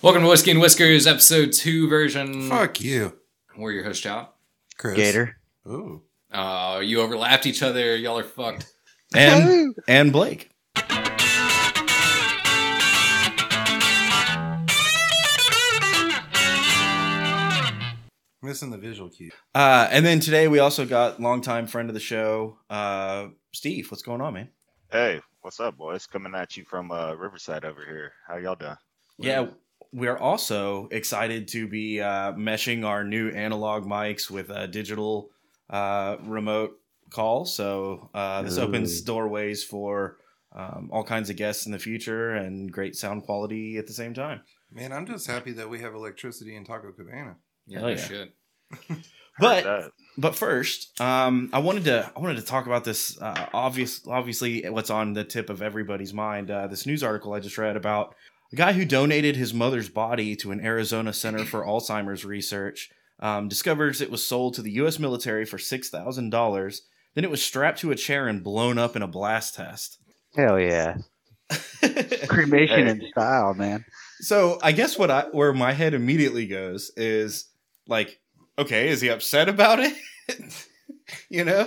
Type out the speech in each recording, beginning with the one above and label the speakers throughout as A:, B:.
A: Welcome to Whiskey and Whiskers, episode two version.
B: Fuck you,
A: We're your host, Chop.
B: Chris.
C: Mm. Gator.
B: Ooh.
A: Uh, you overlapped each other. Y'all are fucked.
D: and and Blake.
B: Missing the visual cue.
D: Uh, and then today we also got longtime friend of the show, uh, Steve. What's going on, man?
E: Hey, what's up, boys? Coming at you from uh, Riverside over here. How y'all doing?
D: Yeah, we're also excited to be uh, meshing our new analog mics with a digital uh, remote call. So uh, this opens doorways for um, all kinds of guests in the future and great sound quality at the same time.
B: Man, I'm just happy that we have electricity in Taco Cabana.
A: Yeah,
D: Hell
A: no
D: yeah.
A: shit.
D: But
E: Heard that.
D: but first, um, I wanted to I wanted to talk about this. Uh, obvious, obviously, what's on the tip of everybody's mind. Uh, this news article I just read about a guy who donated his mother's body to an Arizona Center for Alzheimer's Research um, discovers it was sold to the U.S. military for six thousand dollars. Then it was strapped to a chair and blown up in a blast test.
C: Hell yeah. Cremation in style, man.
D: So I guess what I where my head immediately goes is like, okay, is he upset about it? you know.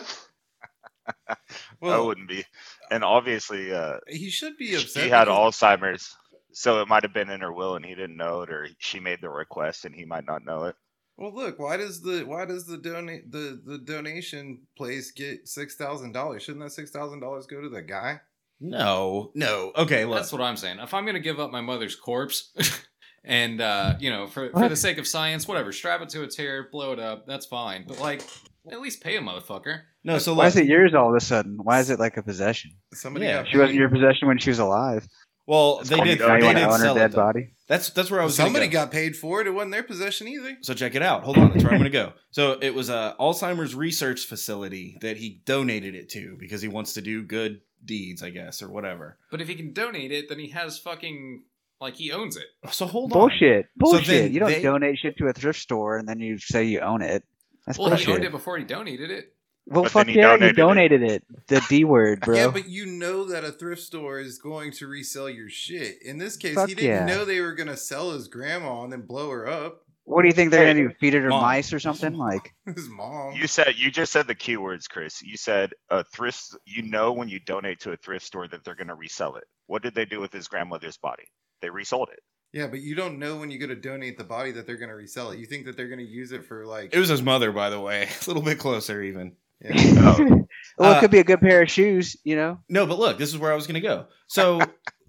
E: I
C: Oh,
B: Well,
E: wouldn't be. And obviously, uh,
B: he should be
E: she
B: upset.
E: had
B: because-
E: Alzheimer's, so it might have been in her will, and he didn't know it, or she made the request, and he might not know it.
B: Well, look, why does the why does the donate the the donation place get six thousand dollars? Shouldn't that six thousand dollars go to the guy?
D: No, no. Okay, look.
A: That's what I'm saying. If I'm gonna give up my mother's corpse, and uh, you know, for for
C: What?
A: the sake of science, whatever, strap it to a tear, blow it up. That's fine. But like, at least pay a motherfucker.
D: no, so
C: Why
D: like,
C: is it yours all of a sudden? Why is it like a possession?
B: Somebody
D: Yeah,
B: got
C: She wasn't
B: paid,
C: your possession when she was alive.
D: well, they
E: called
D: did.
E: the-
D: They
C: Now you want to
D: did
C: own her
D: sell it.
C: dead
D: though.
C: body?
D: That's that's where I was. gonna
B: Oh, somebody
D: go.
B: got paid for it. It wasn't their possession either.
D: So check it out. Hold on, that's where I'm going to go. So it was a Alzheimer's research facility that he donated it to because he wants to do good deeds, I guess, or whatever.
A: But if he can donate it, then he has fucking like he owns it.
D: So hold on.
C: Bullshit. Bullshit.
D: then
C: you don't
D: they-
C: donate shit to a thrift store and then you say you own it. That's
A: well, he
C: bullshit.
A: owned it before he donated it.
C: well,
E: But
C: fuck
E: then he
C: yeah, you
E: donated
C: donated it. The D word, bro.
B: Yeah, but you know that a thrift store is going to resell your shit. In this case,
C: Fuck
B: he didn't
C: yeah.
B: know they were going to sell his grandma and then blow her up.
C: what do you think they're
E: Hey,
C: gonna do? Feed it to
D: Mom.
C: mice or something? Like
B: His mom.
E: You said you just said the keywords, Chris. You said a thrift. You know when you donate to a thrift store that they're going to resell it. What did they do with his grandmother's body? They resold it.
B: Yeah, but you don't know when you go to donate the body that they're going to resell it. You think that they're going to use it for like
D: It was his mother, by the way. A little bit closer, even.
B: yeah.
E: Oh.
C: Well,
D: Uh,
C: it could be a good pair of shoes, you know?
D: No, but look, this is where I was going to go. So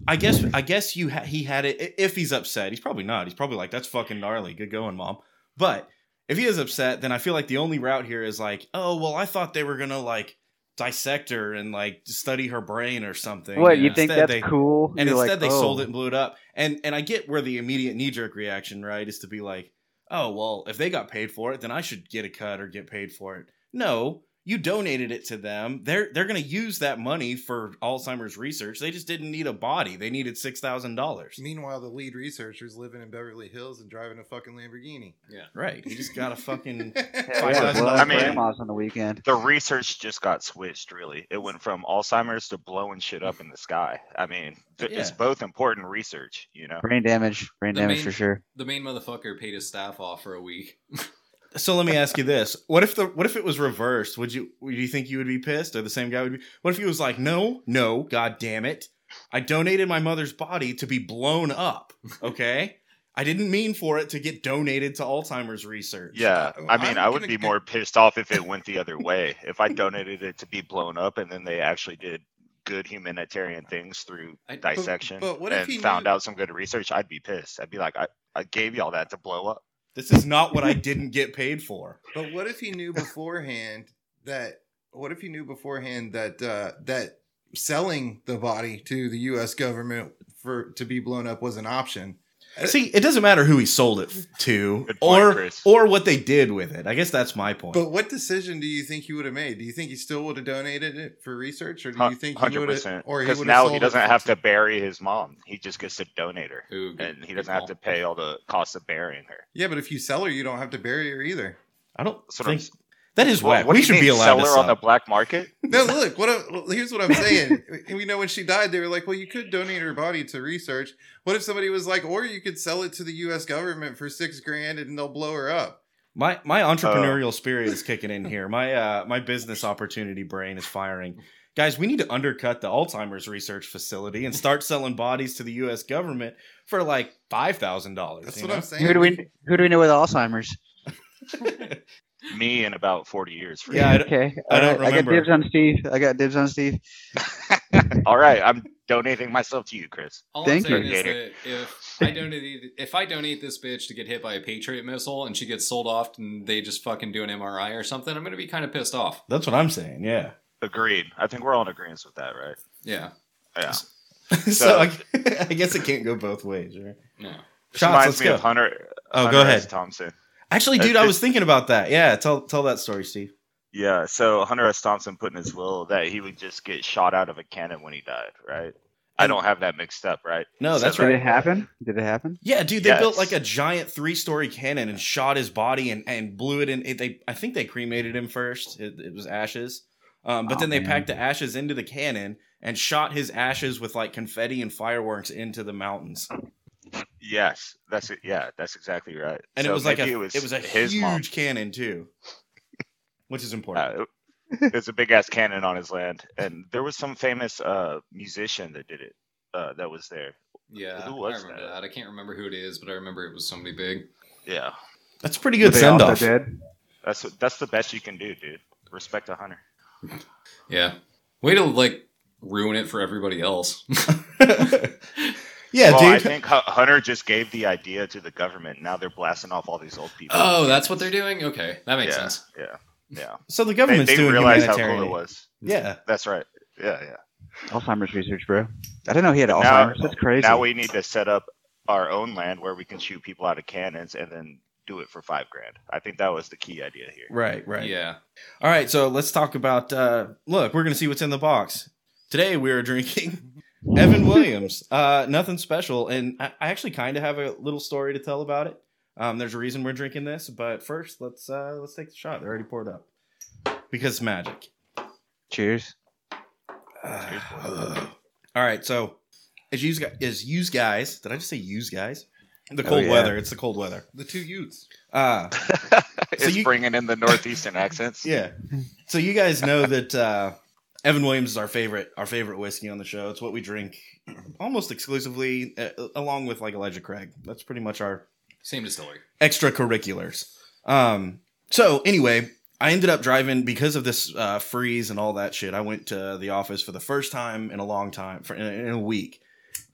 D: I guess I guess you ha- he had it. i- If he's upset, he's probably not. He's probably like, "That's fucking gnarly. Good going, mom." But if he is upset, then I feel like the only route here is like, "Oh well, I thought they were gonna like dissect her and like study her brain or something."
C: What
D: And
C: you think
D: instead
C: that's
D: they-
C: cool?
D: And
C: You're
D: instead,
C: like,
D: they
C: oh.
D: sold it and blew it up. And and I get where the immediate knee jerk reaction, right, is to be like, "Oh well, if they got paid for it, then I should get a cut or get paid for it." No, you donated it to them. They're they're going to use that money for Alzheimer's research. They just didn't need a body. They needed six thousand dollars.
B: Meanwhile, the lead researcher's living in Beverly Hills and driving a fucking Lamborghini.
D: Right. You just got a fucking.
C: Yeah,
D: Five
C: yeah,
D: thousand
C: blow
D: dollars.
E: I
C: up
E: mean-
C: grandma's on the weekend.
E: the research just got switched really it went from alzheimer's to blowing shit up in the sky i mean th- it's
D: Yeah.
E: both important research you know
C: Brain damage, brain
A: The
C: damage
A: main-
C: for sure.
A: The main motherfucker paid his staff off for a week.
D: So let me ask you this: What if the what if it was reversed? Would you would you think you would be pissed, or the same guy would be? What if he was like, "No, no, god damn it! I donated my mother's body to be blown up. Okay, I didn't mean for it to get donated to Alzheimer's research.
E: yeah
B: Uh,
E: i mean
B: I'm
E: i would
B: gonna
E: be
B: go-
E: more pissed off if it went the other way if i donated it to be blown up and then they actually did good humanitarian things through
A: I- but-
E: dissection
B: but what if
E: and
B: he
E: found
B: knew-
E: out some good research i'd be pissed i'd be like i, I gave y'all that to blow up
D: this is not what I didn't get paid for.
B: But what if he knew beforehand that? What if he knew beforehand that uh, that selling the body to the U.S. government for to be blown up was an option?
D: See, it doesn't matter who he sold it f- to,
E: Good point,
D: or
E: Chris.
D: or what they did with it. I guess that's my point.
B: But what decision do you think he would have made? Do you think he still would have donated it for research, or do
E: Hun-
B: you think he would have?
E: 100%
B: Or
E: because
B: would've
E: now
B: sold
E: he
B: it
E: doesn't
B: for-
E: have to bury his mom he just gets to donate her
A: Who
E: and he doesn't have to pay all the cost of burying her
B: Yeah, but if you sell her, you don't have to bury her either.
D: I don't
E: That's what I'm
D: think That is
E: Well,
D: whack.
E: what do
D: We
E: you
D: should be
E: mean,
D: allowed
E: sell
D: to
E: her
D: sell.
E: on the black market.
B: No, look, what I, well, here's what I'm saying. you know, when she died, they were like, well, you could donate her body to research. What if somebody was like, or you could sell it to the US government for six grand and they'll blow her up?
D: my my
E: Uh,
D: entrepreneurial spirit is kicking in here. My uh my business opportunity brain is firing. Guys, we need to undercut the Alzheimer's research facility and start selling bodies to the U.S. government for like five thousand dollars.
B: That's what I'm saying.
C: Who do we who do we know with Alzheimer's?
E: Me in about forty years. For
D: Yeah, I don't-
C: okay.
D: I don't
C: Alright,
D: remember.
C: I got dibs on Steve. I got dibs on Steve.
E: you. All right, I'm donating myself to you, Chris.
A: All
C: Thank
A: I'm saying
E: you.
A: is that if I donate if I donate this bitch to get hit by a Patriot missile and she gets sold off and they just fucking do an MRI or something, I'm gonna be kind of pissed off.
D: That's what I'm saying. Yeah.
E: Agreed. I think we're all in agreement with that, right?
A: Yeah.
E: Yeah.
D: so
E: So-
D: I, I guess it can't go both ways, right?
A: Yeah.
E: This
D: Shots,
E: reminds
D: let's
E: me
D: go.
E: of Hunter.
D: Oh,
E: Hunter
D: go
E: S.
D: ahead.
E: Thompson.
D: Actually,
E: Uh,
D: dude, I
E: this-
D: was thinking about that. Yeah, tell tell that story, Steve.
E: Yeah, so Hunter S. Thompson put in his will that he would just get shot out of a cannon when he died, right? I
D: And-
E: don't have that mixed up, right?
D: No, that's
E: So-
D: right.
C: Did it happen? Did it happen?
D: Yeah, dude, they
E: Yes.
D: built like a giant three-story cannon and shot his body and, and blew it in. It, they, I think they cremated him first. It, it was ashes, um, but
C: Oh,
D: then they
C: man.
D: packed the ashes into the cannon and shot his ashes with like confetti and fireworks into the mountains.
E: Yes, that's it. Yeah, that's exactly right.
D: And
E: So
D: it was like a,
E: maybe
D: it was, a
E: his
D: huge
E: mom.
D: cannon too, which is important.
E: Uh, it was a big ass cannon on his land, and there was some famous uh, musician that did it. Uh, that was there.
A: Yeah.
E: Who was
A: I remember
E: that?
A: that? I can't remember who it is, but I remember it was somebody big.
E: Yeah,
D: that's a pretty good
C: They also
D: send off.
C: did.
E: that's what- that's the best you can do, dude. Respect to Hunter.
A: Yeah. Way to like ruin it for everybody else.
D: yeah,
E: well, I
D: dude.
E: think Hu- Hunter just gave the idea to the government. Now they're blasting off all these old people.
A: oh, that's what they're doing? Okay. That makes
E: yeah,
A: sense.
E: Yeah, yeah.
D: so the
E: They,
D: government's
E: they
D: doing
E: realized how cool it
D: humanitarian.
E: was.
D: Yeah.
E: That's right. Yeah, yeah.
C: Alzheimer's research, bro. I didn't know he had
E: Now-
C: Alzheimer's. That's crazy.
E: Now we need to set up our own land where we can shoot people out of cannons and then do it for five grand. I think that was the key idea here.
D: Right. Right.
A: Yeah.
D: All right, so let's talk about. Uh, look, we're going to see what's in the box. Today we are drinking Evan Williams. Uh, nothing special, and I, I actually kind of have a little story to tell about it. Um, there's a reason we're drinking this, but first let's uh, let's take the shot. They already poured up because it's magic.
C: Cheers.
D: All right, so as you guys, as you guys, did I just say use guys? The
C: Oh,
D: cold
C: yeah.
D: weather. It's the cold weather.
B: The two youths.
D: Uh,
E: it's
D: you-
E: bringing in the northeastern accents.
D: Yeah. So you guys know that uh, Evan Williams is our favorite, our favorite whiskey on the show. It's what we drink almost exclusively, uh, along with like Elijah Craig. That's pretty much our
A: Same distillery.
D: extracurriculars. Um, so anyway, I ended up driving because of this uh, freeze and all that shit. I went to the office for the first time in a long time, for in a, in a week,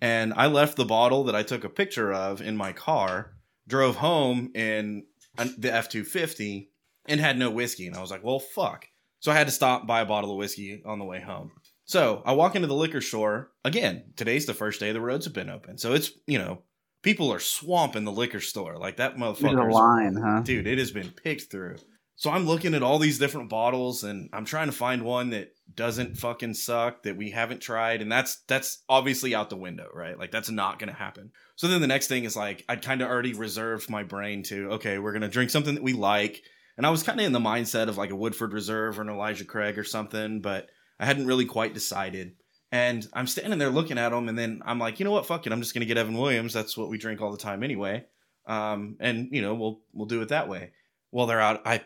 D: and I left the bottle that I took a picture of in my car. Drove home in an- the F two fifty and had no whiskey, and I was like, "Well, fuck." So I had to stop buy a bottle of whiskey on the way home. So I walk into the liquor store again. Today's the first day the roads have been open, so it's you know people are swamping the liquor store like that
C: There's a
D: motherfucker
C: line, huh?
D: dude it has been picked through so i'm looking at all these different bottles and i'm trying to find one that doesn't fucking suck that we haven't tried and that's that's obviously out the window right like that's not gonna happen so then the next thing is like i'd kind of already reserved my brain to okay we're gonna drink something that we like and i was kind of in the mindset of like a woodford reserve or an elijah craig or something but i hadn't really quite decided and i'm standing there looking at them and then i'm like you know what fuck it i'm just gonna get evan williams that's what we drink all the time anyway um, and you know we'll we'll do it that way. Well, they're out. I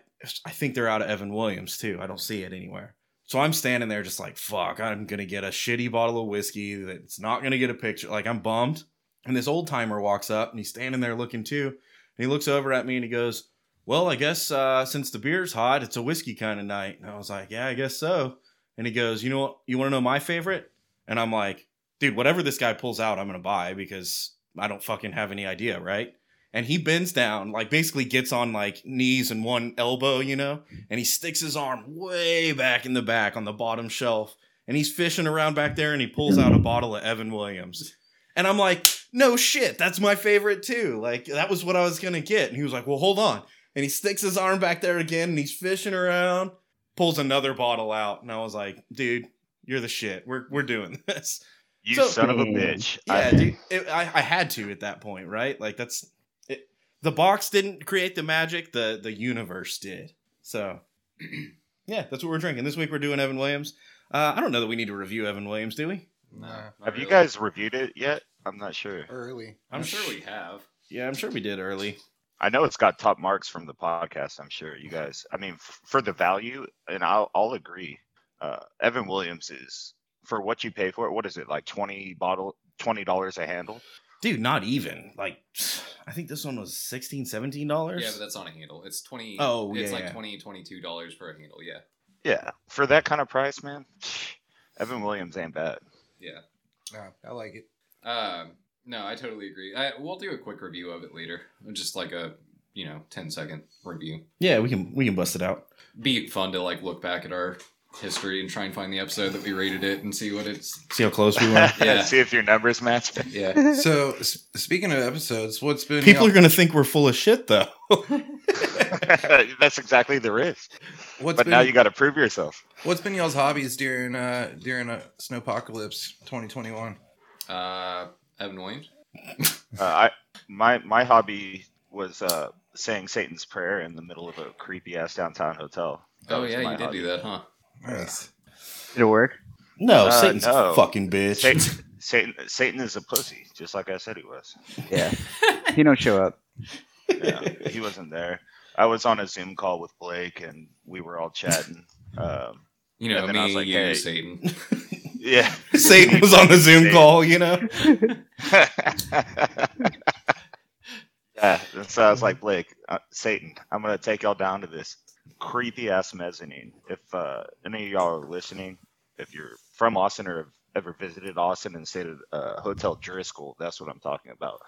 D: I think they're out of Evan Williams too. I don't see it anywhere. So I'm standing there just like fuck. I'm gonna get a shitty bottle of whiskey that's not gonna get a picture. Like I'm bummed. And this old timer walks up and he's standing there looking too. And he looks over at me and he goes, "Well, I guess uh, since the beer's hot, it's a whiskey kind of night." And I was like, "Yeah, I guess so." And he goes, "You know what? You want to know my favorite?" And I'm like, "Dude, whatever this guy pulls out, I'm gonna buy because I don't fucking have any idea, right?" and he bends down, like basically gets on like knees and one elbow, you know, and he sticks his arm way back in the back on the bottom shelf, and he's fishing around back there, and he pulls out a bottle of Evan Williams, and I'm like, no shit, that's my favorite too. Like that was what I was gonna get, and he was like, well, hold on, and he sticks his arm back there again, and he's fishing around, pulls another bottle out, and I was like, dude, you're the shit. We're we're doing this.
E: You
D: So-
E: son of a
C: Damn.
E: bitch.
D: Mm. Yeah,
E: I-
D: dude, it, I, I had to at that point, right? Like that's it, the box didn't create the magic, the the universe did. So yeah, that's what we're drinking. This week we're doing Evan Williams. Uh, I don't know that we need to review Evan Williams, do we?
A: No,
B: Nah,
A: not
E: Have you
A: really.
E: guys reviewed it yet? I'm not sure.
B: early.
A: I'm sure we have.
D: Yeah, I'm sure we did early.
E: I know it's got top marks from the podcast. I'm sure you guys. I mean, f- for the value, and I'll I'll agree. Uh, Evan Williams is for what you pay for it. What is it like twenty bottle twenty dollars a handle?
D: Dude, not even. Like, I think this one was 16 $17.
A: Yeah, but that's on a handle. It's twenty.
D: Oh,
A: it's
D: yeah,
A: like
D: yeah.
A: twenty twenty two dollars for a handle. Yeah,
E: Yeah, for that kind of price, man. Evan Williams ain't bad.
A: yeah.
B: Nah, uh, I like it.
A: Um, no, I totally agree. I, we'll do a quick review of it later, just like a you know 10 second review.
D: yeah, we can we can bust it out.
A: Be fun to like look back at our history and try and find the episode that we rated it and see what it's.
D: See how close we were.
A: Yeah.
E: See if your numbers match.
A: Yeah,
B: So s- speaking of episodes, what's been
D: People are
B: y'all-
D: going to think we're full of shit, though.
E: That's exactly the risk.
B: what's
E: but
B: been
E: now you got to prove yourself.
B: what's been y'all's hobbies during uh during uh, snowpocalypse 2021?
A: uh, Evan Williams.
E: Uh, I my my hobby was uh, saying Satan's prayer in the middle of a creepy ass downtown hotel. That
A: Oh
E: was
A: yeah,
E: my
A: you did
E: hobby.
A: do that, huh?
B: Nice.
C: Did it work?
D: No,
E: Uh,
D: Satan's
E: no.
D: a fucking bitch.
E: Satan, Satan, Satan is a pussy, just like I said he was.
C: Yeah. he don't show up.
E: Yeah, he wasn't there. I was on a Zoom call with Blake, and we were all chatting. Um,
A: You know
E: And then I
A: me,
E: was like,
A: you,
E: hey.
A: Satan.
E: yeah,
D: Satan was on the Zoom
E: Satan.
D: call, you know?
E: yeah. and So I was like, Blake, uh, Satan, I'm gonna take y'all down to this creepy ass mezzanine. If uh, any of y'all are listening, if you're from Austin or have ever visited Austin and stayed at uh, Hotel Driscoll, that's what I'm talking about.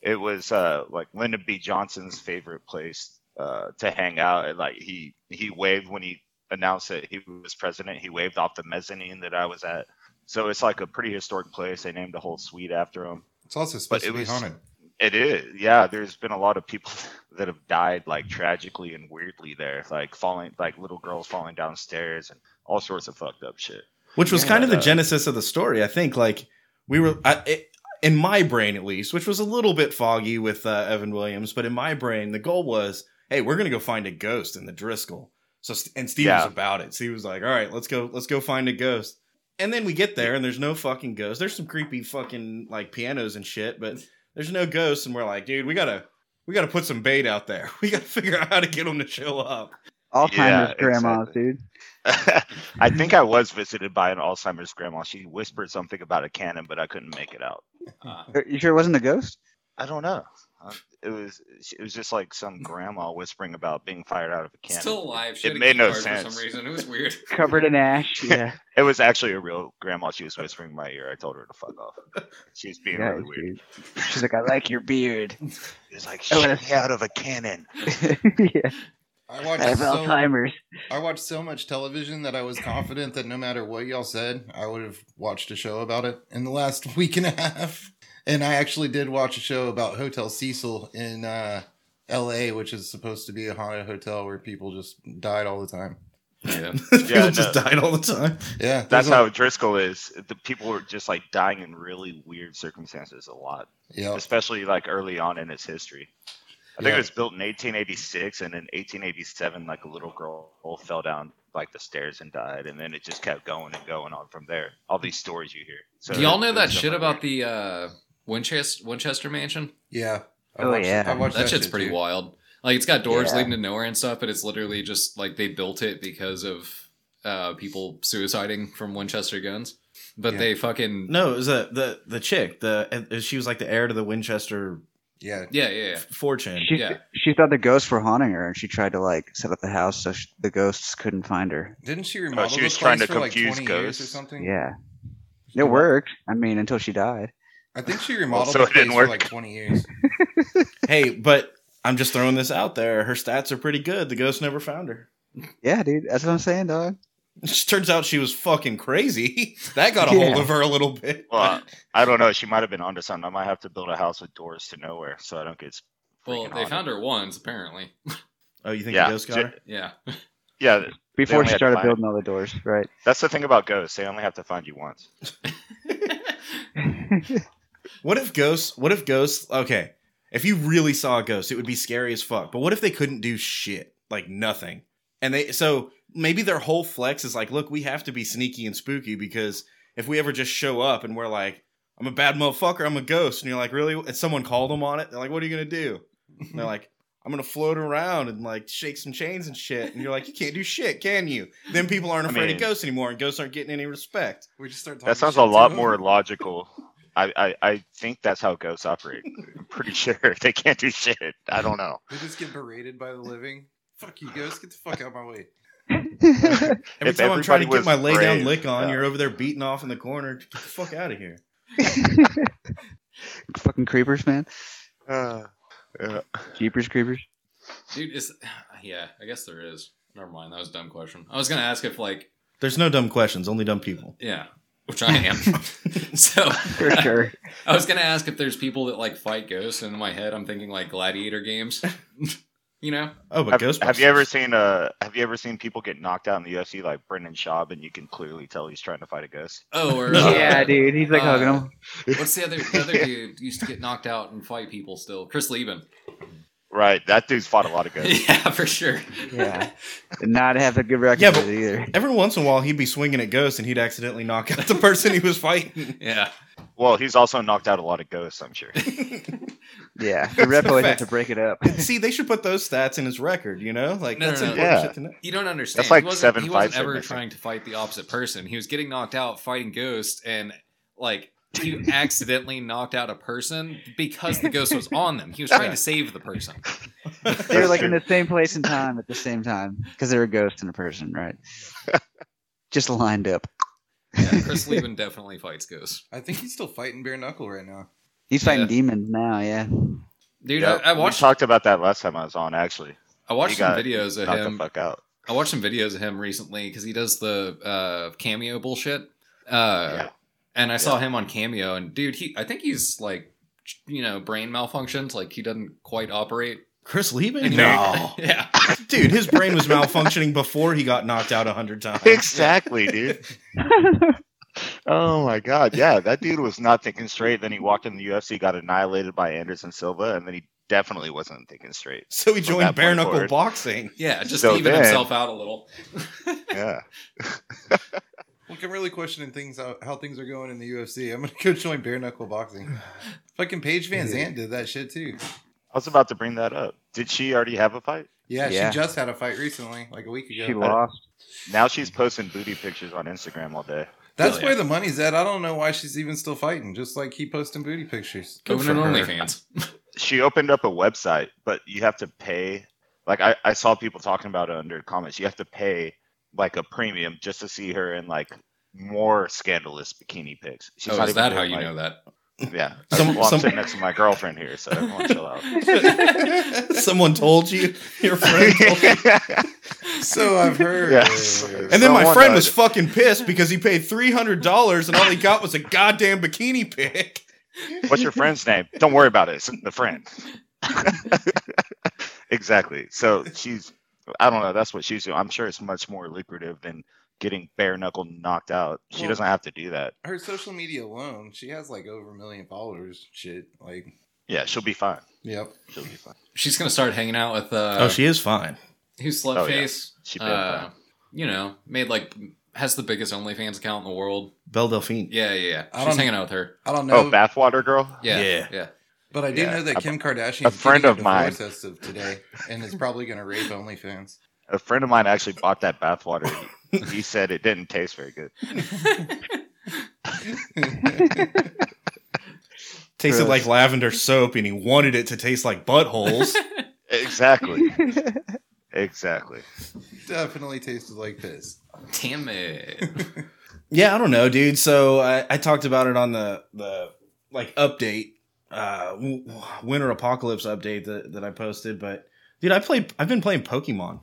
E: It was uh, like Lyndon B. Johnson's favorite place uh, to hang out. And, like he he waved when he announced that he was president. He waved off the mezzanine that I was at. So it's like a pretty historic place. They named a whole suite after him.
B: It's also supposed
E: it
B: to be
E: was-
B: haunted.
E: It is, yeah. There's been a lot of people that have died like tragically and weirdly there, like falling, like little girls falling downstairs and all sorts of fucked up shit.
D: which was
E: Yeah,
D: kind of the
E: uh,
D: genesis of the story. I think like we were I, it, in my brain at least, which was a little bit foggy with uh, Evan Williams, but in my brain the goal was, hey, we're gonna go find a ghost in the Driscoll. So St- and Steve
E: Yeah.
D: was about it. Steve was like, all right, let's go, let's go find a ghost. And then we get there and there's no fucking ghost. There's some creepy fucking like pianos and shit, but there's no ghosts. And we're like, dude, we gotta. We got to put some bait out there. We got to figure out how to get them to show up.
C: Alzheimer's
E: Yeah,
C: grandma,
E: exactly.
C: dude.
E: I think I was visited by an Alzheimer's grandma. She whispered something about a cannon, but I couldn't make it out.
A: Uh,
C: Are Er, You sure it wasn't a ghost?
E: I don't know. Uh, It was it was just like some grandma whispering about being fired out of a cannon.
A: still alive. She
E: It
A: had a
E: made
A: key
E: no
A: card for
E: sense.
A: some reason. It was weird.
C: Covered in ash. Yeah.
E: It was actually a real grandma. She was whispering in my ear. I told her to fuck off. She was being
C: Yeah,
E: really weird.
C: dude. She's like, I like your beard.
E: She was like,
C: I wanna-
E: shoot me out of a cannon.
C: yeah.
B: I
C: I
B: watched
C: have
B: so,
C: Alzheimer's.
B: I watched so much television that I was confident that no matter what y'all said, I would have watched a show about it in the last week and a half. And I actually did watch a show about Hotel Cecil in uh, L.A., which is supposed to be a haunted hotel where people just died all the time.
A: Yeah,
D: People
E: Yeah,
D: just
E: no.
D: died all the time.
B: Yeah,
E: That's
B: there's a-
E: how Driscoll is. The people were just like dying in really weird circumstances a lot,
A: Oh.
B: Yeah,
E: especially like early on in its history. I think
B: Yeah.
E: it was built in 1886, and in 1887, like a little girl fell down like the stairs and died, and then it just kept going and going on from there. All these stories you hear. So
A: do y'all know that
E: there's
A: shit
E: something
A: about
E: weird.
A: the uh, Winchester Winchester Mansion?
B: yeah. I
C: Oh,
B: watched-
C: yeah.
B: I watched
A: That shit's
B: shit,
A: pretty
B: too.
A: wild. Like it's got doors
C: Yeah.
A: leading to nowhere and stuff, but it's literally just like they built it because of uh, people suiciding from Winchester guns. But
B: Yeah.
A: they fucking
D: No, it was the the the chick. The uh, she was like the heir to the Winchester
B: Yeah,
A: yeah yeah yeah.
D: f- fortune.
C: She
A: Yeah.
C: she thought the ghosts were haunting her, and she tried to like set up the house so sh- the ghosts couldn't find her.
B: didn't she remodel?
E: Oh, she
B: the
E: was trying
B: place
E: to
B: for, like,
E: confuse
B: 20 years or
E: ghosts.
B: something.
C: Yeah, it worked. I mean, until she died.
B: I think she remodeled
E: so
B: the
E: it didn't
B: place
E: work.
B: for like twenty years.
D: hey, but I'm just throwing this out there. Her stats are pretty good. The ghost never found her.
C: Yeah, dude, that's what I'm saying, dog.
D: It just turns out she was fucking crazy. that got a hold
C: Yeah.
D: of her a little bit.
E: Well, I don't know. She might have been onto something. I might have to build a house with doors to nowhere so I don't get. s-
A: Well,
E: freaking
A: they
E: haunted.
A: found her once apparently.
D: oh, you think
E: yeah,
D: the ghost got her?
A: Yeah,
E: Yeah,
C: Before
E: only
C: she
E: had
C: started
E: five.
C: building all the doors, right?
E: that's the thing about ghosts. They only have to find you once.
D: What if ghosts? What if ghosts? Okay, if you really saw a ghost, it would be scary as fuck. But what if they couldn't do shit, like nothing? And they so maybe their whole flex is like, look, we have to be sneaky and spooky because if we ever just show up and we're like, I'm a bad motherfucker, I'm a ghost, and you're like, really? And someone called them on it. They're like, what are you gonna do? And they're like, I'm gonna float around and like shake some chains and shit. And you're like, you can't do shit, can you? Then people aren't
E: I
D: afraid
E: mean-
D: of ghosts anymore, and ghosts aren't getting any respect.
B: We just start talking
E: That sounds
B: shit
E: a
B: to
E: lot
B: him.
E: more logical. I, I, I think that's how ghosts operate. I'm pretty sure they can't do shit. I don't know.
B: They just get berated by the living. Fuck you, ghost. Get the fuck out of my way.
D: Every
E: If
D: time I'm trying
E: everybody
D: to get my
E: was
D: lay down
E: brave,
D: lick on,
E: yeah.
D: you're over there beating off in the corner. Get the fuck out of here.
C: Fucking creepers, man.
E: Uh, yeah.
C: Jeepers creepers.
A: Dude, is yeah, I guess there is. Never mind, that was a dumb question. I was gonna ask if like
D: There's no dumb questions, only dumb people.
A: yeah, which I am. so
C: For sure.
A: I was gonna ask if there's people that like fight ghosts, and in my head I'm thinking like gladiator games. you know?
D: Oh, but
E: Have,
D: Ghostbusters.
E: have you ever seen uh Have you ever seen people get knocked out in the UFC like Brendan Schaub, and you can clearly tell he's trying to fight a ghost?
A: Oh, or uh,
C: yeah, dude. He's like hugging
A: uh,
C: him.
A: What's the other the other dude used to get knocked out and fight people still? Chris Lieben.
E: Right, that dude's fought a lot of ghosts.
A: yeah, for sure.
C: Yeah. Did not have a good record
D: Yeah,
C: yeah,
D: but-
C: either.
D: Every once in a while, he'd be swinging at ghosts and he'd accidentally knock out the person he was fighting.
A: Yeah.
E: Well, he's also knocked out a lot of ghosts. I'm sure.
C: Yeah. The
D: That's
C: red
D: a
C: boys have
D: fact.
C: to break it up.
D: See, they should put those stats in his record, you know? Like,
A: No,
D: that's
A: no, no.
D: important
E: Yeah.
D: shit to know.
A: You don't understand.
E: That's like
A: he wasn't,
E: seven
A: he
E: fights
A: wasn't ever
E: they're missing.
A: trying to fight the opposite person. He was getting knocked out fighting ghosts, and like he accidentally knocked out a person because the ghost was on them. He was trying to save the person.
C: They were like
E: true.
C: in the same place and time at the same time because they're a ghost and a person, right? Just lined up.
A: Yeah, Chris Lieben definitely fights ghosts.
B: I think he's still fighting bare knuckle right now.
C: He's
A: Yeah.
C: fighting demons now, yeah.
A: Dude,
E: Yep,
A: I, I
E: we
A: watched
E: talked about that last time I was on. Actually,
A: I watched
E: he
A: some
E: got
A: videos of
E: knocked the
A: him.
E: fuck out.
A: I watched some videos of him recently because he does the uh, cameo bullshit. Uh,
E: Yeah.
A: And I saw him on Cameo, and dude, he I think he's like, you know, brain malfunctions. Like he doesn't quite operate.
D: Chris Lieben?
A: anymore. yeah.
D: Dude, his brain was malfunctioning before he got knocked out a hundred times.
E: Exactly, dude. oh my god, yeah, that dude was not thinking straight. Then he walked in the UFC, got annihilated by Anderson Silva, and then he definitely wasn't thinking straight.
D: So he
E: From
D: joined
E: that point
D: bare knuckle
E: forward.
D: boxing.
A: Yeah, just
E: So
A: even
E: then-
A: himself out a little.
E: Yeah.
B: Look, I'm really questioning things how, how things are going in the UFC. I'm gonna go join bare knuckle boxing. Fucking Paige Van Zant did that shit too.
E: I was about to bring that up. Did she already have a fight?
B: Yeah,
C: Yeah.
B: she just had a fight recently, like a week ago.
C: She lost.
E: Now she's posting booty pictures on Instagram all day.
B: That's
A: Oh, yeah.
B: where the money's at. I don't know why she's even still fighting. Just like keep posting booty pictures.
D: Good
A: Open
D: for
A: an
D: her.
A: OnlyFans.
E: She opened up a website, but you have to pay. Like I, I saw people talking about it under comments. You have to pay like a premium just to see her in like more scandalous bikini pics. She's
A: Oh,
E: not
A: is
E: even
A: that how
E: doing,
A: you
E: like-
A: know that?
E: Yeah.
D: Some-
E: well, I'm
D: some-
E: sitting next to my girlfriend here, so everyone chill out.
D: Someone told you, your friend told you.
B: So I've heard.
E: Yes.
D: And then my
E: Someone
D: friend
E: died.
D: was fucking pissed because he paid three hundred dollars and all he got was a goddamn bikini pic.
E: What's your friend's name? Don't worry about it. It's the friend. exactly. So she's, I don't know. That's what she's doing. I'm sure it's much more lucrative than getting bare knuckle knocked out. She
B: Well-
E: doesn't have to do that.
B: Her social media alone, she has like over a million followers. Shit, like,
E: Yeah, she'll be fine.
B: yep.
E: She'll be fine.
A: She's gonna start hanging out with uh,
D: Oh, is fine.
A: who's
E: Oh, yeah.
A: Slutface?
E: She paid
A: Uh,
E: fine.
A: you know, made like has the biggest OnlyFans account in the world.
D: Belle Delphine.
A: Yeah, yeah,
B: I
A: yeah.
B: don't-
A: She's hanging out with her.
B: I don't
E: Oh,
B: know,
E: bathwater girl.
A: Yeah,
D: Yeah.
A: yeah,
B: but I do
E: yeah,
B: know that
E: a-
B: Kim Kardashian,
E: a friend of mine.
B: as of today, and is probably going to rape OnlyFans.
E: A friend of mine actually bought that bathwater. He, he said it didn't taste very good.
D: Tasted
C: Gross.
D: like lavender soap and he wanted it to taste like buttholes.
E: Exactly. exactly.
B: Definitely tasted like piss.
A: Damn it.
D: yeah, I don't know, dude. So I, I talked about it on the the like update, uh w- w- winter apocalypse update that, that I posted, but dude, I play I've been playing Pokemon.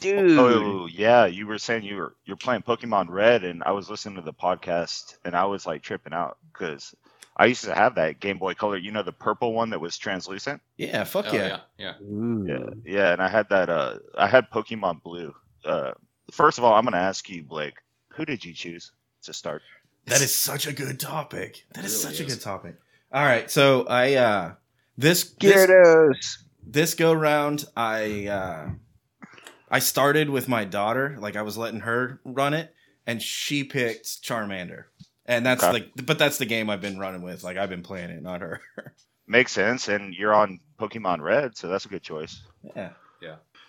C: Dude.
E: Oh yeah, you were saying you were you're playing Pokemon Red, and I was listening to the podcast, and I was like tripping out because I used to have that Game Boy Color, you know, the purple one that was translucent.
D: Yeah, fuck
A: Oh,
D: yeah.
A: yeah, yeah.
C: Ooh.
E: Yeah, yeah, and I had that. Uh, I had Pokemon Blue. Uh, first of all, I'm gonna ask you, Blake, who did you choose to start?
D: That is such a good topic. That is
A: It really
D: such a
A: is.
D: good topic. All right, so I uh this this,
C: Gyarados.
D: this go round I uh I started with my daughter, like I was letting her run it, and she picked Charmander. And that's
E: Okay.
D: like, but that's the game I've been running with. Like I've been playing it, not her.
E: Makes sense, and you're on Pokemon Red, so that's a good choice.
D: yeah.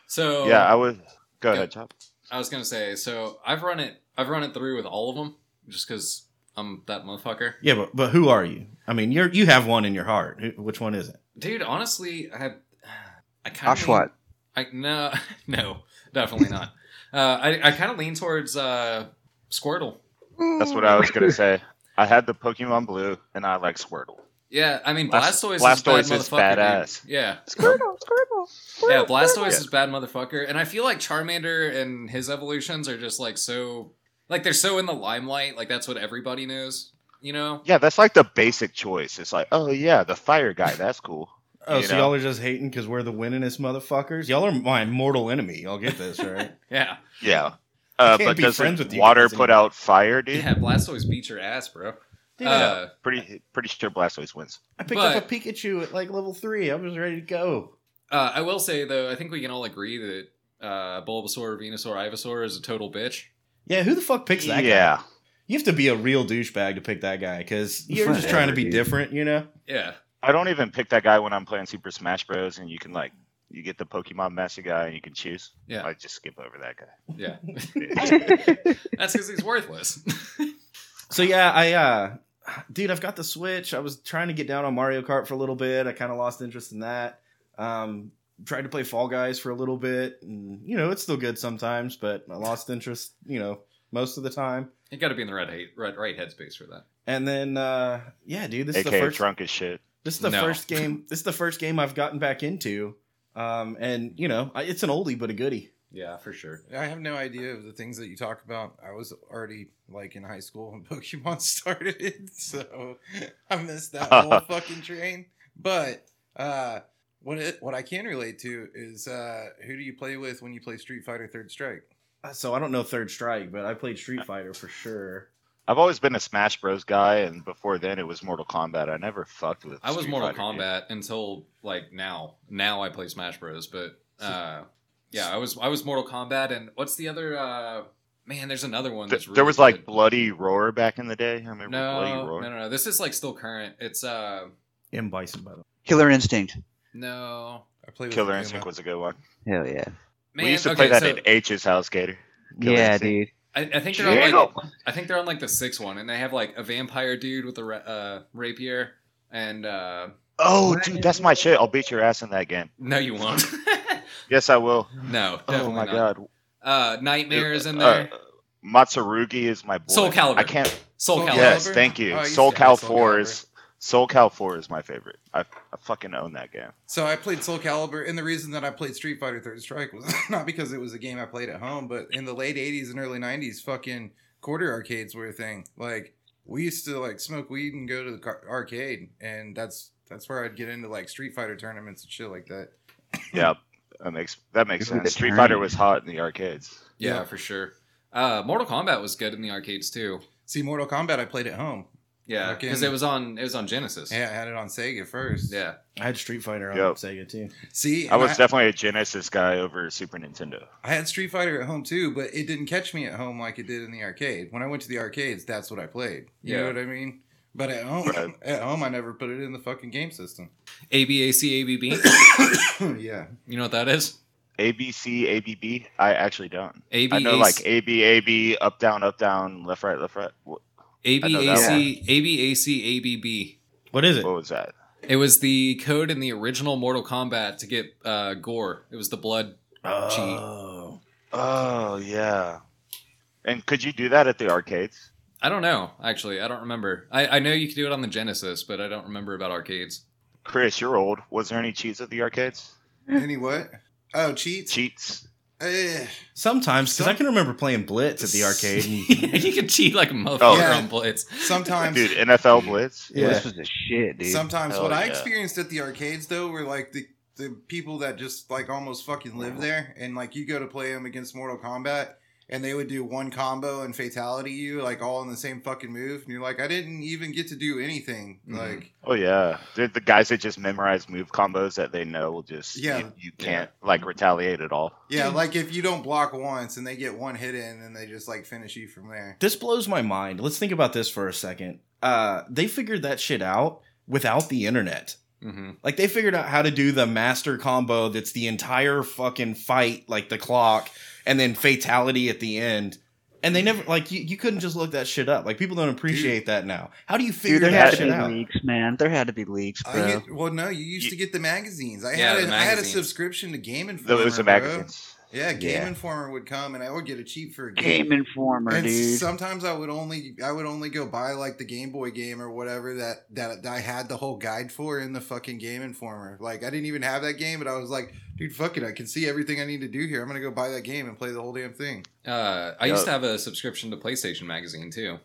A: So
E: yeah, I would go
A: Oh. Yeah.
E: ahead, Chop.
A: I was gonna say, so I've run it. I've run it through with all of them, just because I'm that motherfucker,
D: Yeah, but but who are you? I mean, you're you have one in your heart. Who- Which one is it?
A: dude. Honestly, I have. I kind of
C: Oshawott.
A: I no, no, definitely not. Uh, I I kind of lean towards uh, Squirtle.
E: That's what I was gonna say. I had the Pokemon Blue, and I like Squirtle.
A: Yeah, I mean
E: Blast-
A: Blastoise, is,
E: Blastoise
A: bad
E: is
A: motherfucker,
E: badass.
A: dude. Yeah,
E: Squirtle,
A: yeah, Blastoise
E: Yeah.
A: is bad motherfucker, and I feel like Charmander and his evolutions are just like so, like they're so in the limelight. Like that's what everybody knows, you know?
E: Yeah, that's like the basic choice. It's like, oh yeah, the fire guy. That's cool.
D: Oh,
E: You
D: so
E: know.
D: y'all are just hating because we're the winningest motherfuckers. Y'all are my mortal enemy. Y'all get this right?
A: Yeah,
E: Yeah. Uh,
D: can't
E: but
D: be friends with
E: doesn't
D: you
E: water
D: guys
E: put
D: anymore.
E: out fire, dude?
A: yeah. Blastoise beat your ass, bro.
D: Dude,
A: Uh,
E: Pretty pretty sure Blastoise wins.
D: I picked
A: but-
D: up a Pikachu at like level three. I was ready to go.
A: uh, I will say though, I think we can all agree that uh, Bulbasaur, Venusaur, Ivysaur is a total bitch.
D: Yeah, who the fuck picks that? guy?
E: yeah.
D: you have to be a real douchebag to pick that guy because you're just
C: Whatever,
D: trying to be
C: dude.
D: different. You know?
A: Yeah,
E: I don't even pick that guy when I'm playing Super Smash Bros. And you can like you get the Pokemon Master guy and you can choose.
A: Yeah.
E: I just skip over that guy.
A: yeah.
E: Yeah.
A: That's because he's worthless.
D: So yeah, I uh dude, I've got the Switch. I was trying to get down on Mario Kart for a little bit. I kind of lost interest in that. Um tried to play Fall Guys for a little bit and you know, it's still good sometimes, but I lost interest, you know, most of the time.
A: you got to be in the right hate, right, right headspace for that.
D: And then uh yeah, dude, this is the
E: AKA
D: first
E: drunk as shit.
D: this is the
A: No.
D: first game. This is the first game I've gotten back into. Um and you know, I, it's an oldie but a goodie.
A: Yeah, for sure.
B: I have no idea of the things that you talk about. I was already like in high school when Pokemon started, so I missed that whole fucking train. But uh, what it, what I can relate to is uh, who do you play with when you play Street Fighter Third Strike?
D: Uh, So I don't know Third Strike, but I played Street Fighter for sure.
E: I've always been a Smash Bros. guy, and before then it was Mortal Kombat. I never fucked with.
A: I was
E: Street
A: Mortal
E: Fighter, dude.
A: Kombat until like now. Now I play Smash Bros. But uh, yeah, I was I was Mortal Kombat, and what's the other? Uh, man, there's another one.
E: Th-
A: That's really
E: there was like
A: good.
E: Bloody Roar back in the day. I remember Bloody
A: no, no,
E: Roar.
A: no, no. This is like still current. It's uh,
D: M Bison, by the way.
C: Killer Instinct.
A: no,
B: I play with
E: Killer
B: Akuma.
E: Instinct was a good one.
C: Hell yeah.
A: man.
E: we used to
A: okay,
E: play that
A: so
E: at H's house, Gator. Killer
C: yeah,
E: Instinct.
C: dude.
A: I, I think they're on like
E: Jiggle.
A: I think they're on like the sixth one, and they have like a vampire dude with a ra- uh, rapier, and uh,
E: Oh, dude, that's my shit. I'll beat your ass in that game.
A: no, you won't.
E: Yes, I will.
A: no, definitely
E: Oh my
A: not.
E: god.
A: Uh, Nightmare is in
E: Uh,
A: there.
E: uh, Matsurugi is my boy.
A: Soul Calibur.
E: I can't.
A: Soul
B: Soul
A: Calibur.
E: Yes,
B: Calibur?
E: thank you.
B: Oh, I used
E: Soul
B: to have
E: Cal
B: Soul
E: 4
B: Calibur.
E: is Soul Cal 4 is my favorite. I, I fucking own that game.
B: So I played Soul Calibur, and the reason that I played Street Fighter Third Strike was not because it was a game I played at home, but in the late '80s and early '90s, fucking quarter arcades were a thing. Like we used to like smoke weed and go to the car- arcade, and that's that's where I'd get into like Street Fighter tournaments and shit like that.
E: Yeah, that makes that makes
C: Give me the
E: sense. Street
C: turn.
E: Fighter was hot in the arcades.
A: Yeah,
B: Yeah.
A: for sure. Uh, Mortal Kombat was good in the arcades too.
B: See, Mortal Kombat I played at home.
A: Yeah,
B: Fucking-
A: because it was on it was on Genesis.
B: Yeah, I had it on Sega first.
A: yeah.
D: I had Street Fighter on
E: Yep.
D: Sega too.
B: See,
E: I was
B: I,
E: definitely a Genesis guy over Super Nintendo.
B: I had Street Fighter at home too, but it didn't catch me at home like it did in the arcade. When I went to the arcades, that's what I played. You know
A: Yeah.
B: what I mean? But at home,
E: Right.
B: at home, I never put it in the fucking game system.
A: ABACABB.
B: yeah.
A: you know what that is?
E: ABC, ABB. I actually don't.
A: ABAC
E: I know like AB, AB, up, down, up, down, left, right, left, right. What, I know that
A: ABAC ABACABB.
D: What is it?
C: Oh,
E: what was that?
A: It was the code in the original Mortal Kombat to get uh, gore. It was the blood.
D: Oh.
E: Oh yeah. And could you do that at the arcades?
A: I don't know. Actually, I don't remember. I, I know you could do it on the Genesis, but I don't remember about arcades.
E: Chris, you're old. Was there any cheats at the arcades?
B: Any what? Oh, cheats.
E: Cheats?
B: Eh.
D: Sometimes, because I can remember playing Blitz at the arcade. And,
A: you could cheat like a motherfucker
E: Oh,
B: yeah.
A: on Blitz.
B: sometimes,
E: Dude, NFL Blitz.
C: Dude,
D: yeah.
C: This was the shit, dude.
B: sometimes
E: Hell
B: what I
E: yeah.
B: experienced at the arcades though were like the
E: Mm-hmm.
B: the people that just like almost fucking live there, and like you go to play them against Mortal Kombat, and they would do one combo and fatality you like all in the same fucking move, and you're like, I didn't even get to do anything.
A: Mhm.
B: Like,
E: Oh yeah, the, the guys that just memorize move combos that they know will just
B: Yeah.
E: you, you can't like retaliate at all.
B: yeah, like if you don't block once and they get one hit in, then they just like finish you from there.
D: This blows my mind. Let's think about this for a second. Uh, they figured that shit out without the internet.
A: Mm-hmm.
D: Like they figured out how to do the master combo that's the entire fucking fight, like the clock, and then fatality at the end. And they never like you, you couldn't just look that shit up. Like people don't appreciate that now. How do you figure
C: Dude, there
D: that
C: had to
D: shit
C: be
D: out?
C: leaks, man. There had to be leaks,
B: I
C: bro.
B: get, well, no, you used
E: You-
B: to get the magazines. I
A: Yeah,
B: had a,
A: the
B: I had a
A: magazines.
B: subscription to Game Informer.
E: Those are
B: bro.
E: magazines.
B: Yeah, Game
E: Yeah.
B: Informer would come, and I would get a cheap for a game.
C: Game Informer,
B: and
C: dude.
B: sometimes I would only I would only go buy like the Game Boy game or whatever that that I had the whole guide for in the fucking Game Informer. Like I didn't even have that game, but I was like, dude, fuck it, I can see everything I need to do here. I'm gonna go buy that game and play the whole damn thing.
A: Uh, I
E: Yeah.
A: used to have a subscription to PlayStation Magazine too.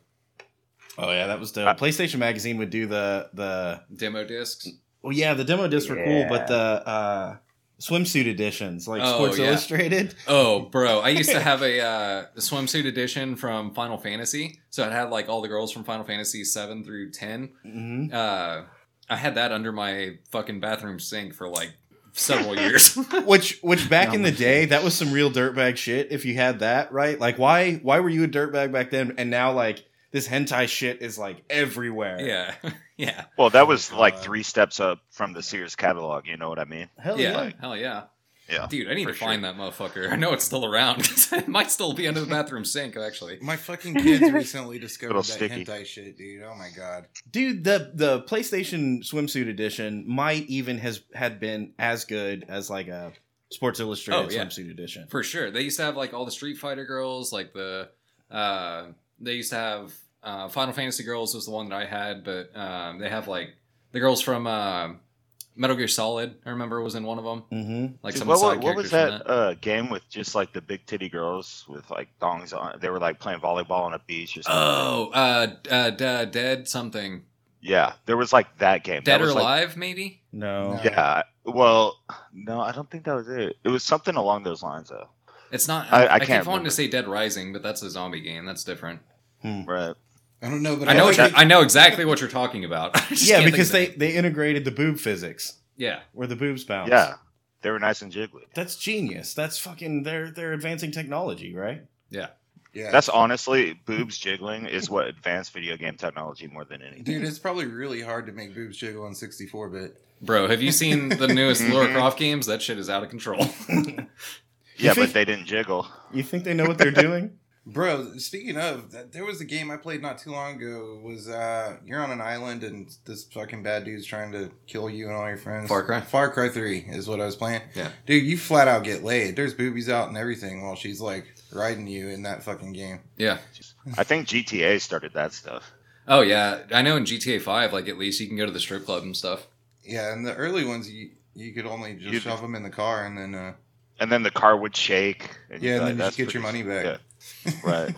D: Oh yeah, that was the PlayStation magazine would do the the
A: Demo discs.
D: well yeah, the demo discs were cool,
E: Yeah.
D: but the uh swimsuit editions, like
A: Oh,
D: Sports
A: yeah.
D: Illustrated.
A: Oh, bro, I used to have a uh, swimsuit edition from Final Fantasy. So it had like all the girls from Final Fantasy seven through ten.
D: Mm-hmm.
A: Uh, I had that under my fucking bathroom sink for like several years.
D: Which which back in
C: No,
D: the day, that was some real dirtbag shit if you had that, right? Like why why were you a dirtbag back then and now like this hentai shit is like everywhere.
A: yeah, yeah,
E: Well, that was like
B: God.
E: three steps up from the Sears catalog. You know what I mean?
D: Hell
A: yeah,
D: yeah.
A: hell yeah.
E: Yeah,
A: Dude, I need
E: for
A: to find that motherfucker. I know it's still around. it might still be under the bathroom sink, actually.
B: My fucking kids recently discovered
E: Little
B: that
E: sticky.
B: hentai shit, dude. Oh my god.
D: Dude, the the PlayStation swimsuit edition might even has had been as good as like a Sports Illustrated
A: Oh, yeah.
D: swimsuit edition.
A: For sure. They used to have like all the Street Fighter girls, like the uh they used to have uh Final Fantasy girls was the one that I had, but um they have like the girls from uh, Metal Gear Solid, I remember was in one of them.
D: Mm-hmm.
A: Like
E: Dude,
A: some
E: what,
A: of the
E: wa-
A: side
E: what was
A: characters from
E: that, Uh, game with just like the big titty girls with like thongs on? They were like playing volleyball on a beach or something.
A: Oh, uh, uh d- dead something.
E: yeah, there was like that game.
A: Dead
E: that
A: or
E: was, like,
A: alive maybe?
D: No.
B: No.
E: Yeah. Well, no, I don't think that was it. It was something along those lines, though.
A: It's not
E: I- I
A: keep
E: can't
A: wanting
E: remember.
A: to say Dead Rising, but that's a zombie game. That's different.
E: Right.
B: I don't know, but
A: I know
B: like
A: what
B: it.
A: you- I know exactly what you're talking about. I just
D: Yeah,
A: can't think
D: because
A: of
D: they
A: the name.
D: they integrated the boob physics
A: Yeah.
D: where the boobs
B: Oh.
D: bounce.
E: Yeah, they were nice and jiggly.
D: That's genius. That's fucking they're they're advancing technology, right?
B: yeah.
E: That's honestly boobs jiggling is what advanced video game technology more than anything.
B: Dude, it's probably really hard to make boobs jiggle on 64 bit.
A: Bro, have you seen the newest Lara
E: Mhm.
A: Croft games? That shit is out of control.
E: yeah,
D: think-
E: but they didn't jiggle.
D: You think they know what they're doing?
B: Bro, speaking of, th- there was a game I played not too long ago. It was uh, you're on an island and this fucking bad dude's trying to kill you and all your friends.
A: Far Cry?
B: Far Cry Three is what I was playing.
A: Yeah.
B: dude, you flat out get laid. There's boobies out and everything while she's like riding you in that fucking game.
A: yeah.
E: I think GTA started that stuff.
A: Oh yeah, I know in GTA Five, like at least you can go to the strip club and stuff.
B: Yeah, and the early ones you you could only just
E: You-
B: shove them in the car and then uh,
E: And then the car would shake.
B: Yeah,
E: you'd
B: and
E: be
B: then you just
E: "That's
B: get your
E: pretty-
B: money back."
E: yeah. Right.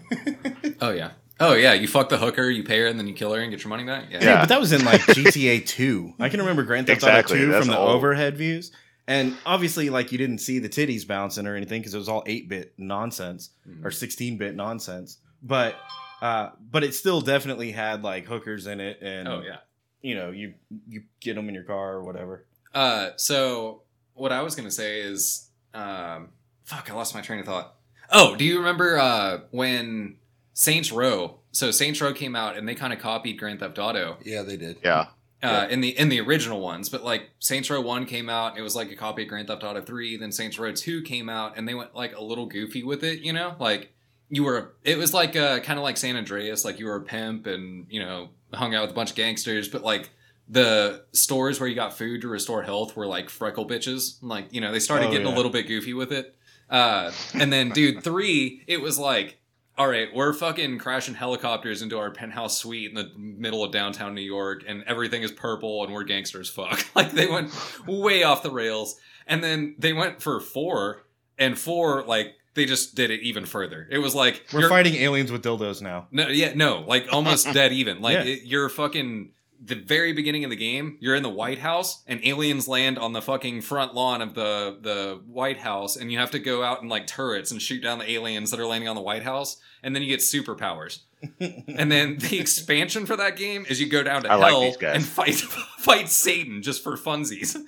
A: Oh yeah. Oh yeah, you fuck the hooker, you pay her, and then you kill her and get your money back. Yeah.
E: Yeah.
D: Dude, but that was in like GTA 2. I can remember Grand Theft
E: Exactly,
D: Auto 2
E: that's
D: from the
E: old.
D: overhead views. And obviously, like, you didn't see the titties bouncing or anything because it was all 8 bit nonsense
A: Mhm.
D: or 16 bit nonsense. But. Uh, but it still definitely had like hookers in it, and
A: Oh yeah.
D: you know you you get them in your car or whatever.
A: Uh, so what I was gonna say is, um, fuck, I lost my train of thought. Oh, do you remember uh, when Saints Row? So Saints Row came out, and they kind of copied Grand Theft Auto.
B: yeah, they did.
E: Yeah.
A: uh, in the in the original ones. But like Saints Row One came out, and it was like a copy of Grand Theft Auto Three. Then Saints Row Two came out, and they went like a little goofy with it. You know, like you were it was like uh, kind of like San Andreas, like you were a pimp and you know hung out with a bunch of gangsters, but like. The stores where you got food to restore health were like freckle bitches. Like, you know, they started
D: Oh,
A: getting
D: yeah.
A: a little bit goofy with it. Uh, and then, dude, three, it was like, all right, we're fucking crashing helicopters into our penthouse suite in the middle of downtown New York, and everything is purple, and we're gangsters. Fuck, like they went way off the rails, and then they went for four, and four like they just did it even further. It was like
D: We're
A: you're-
D: fighting aliens with dildos now.
A: No, yeah, no, like almost dead even. Like
D: Yeah.
A: it, you're fucking the very beginning of the game, you're in the White House and aliens land on the fucking front lawn of the the White House and you have to go out in like turrets and shoot down the aliens that are landing on the White House and then you get superpowers. and then the expansion for that game is you go down to
E: I like
A: hell
E: these guys.
A: and fight fight Satan just for funsies.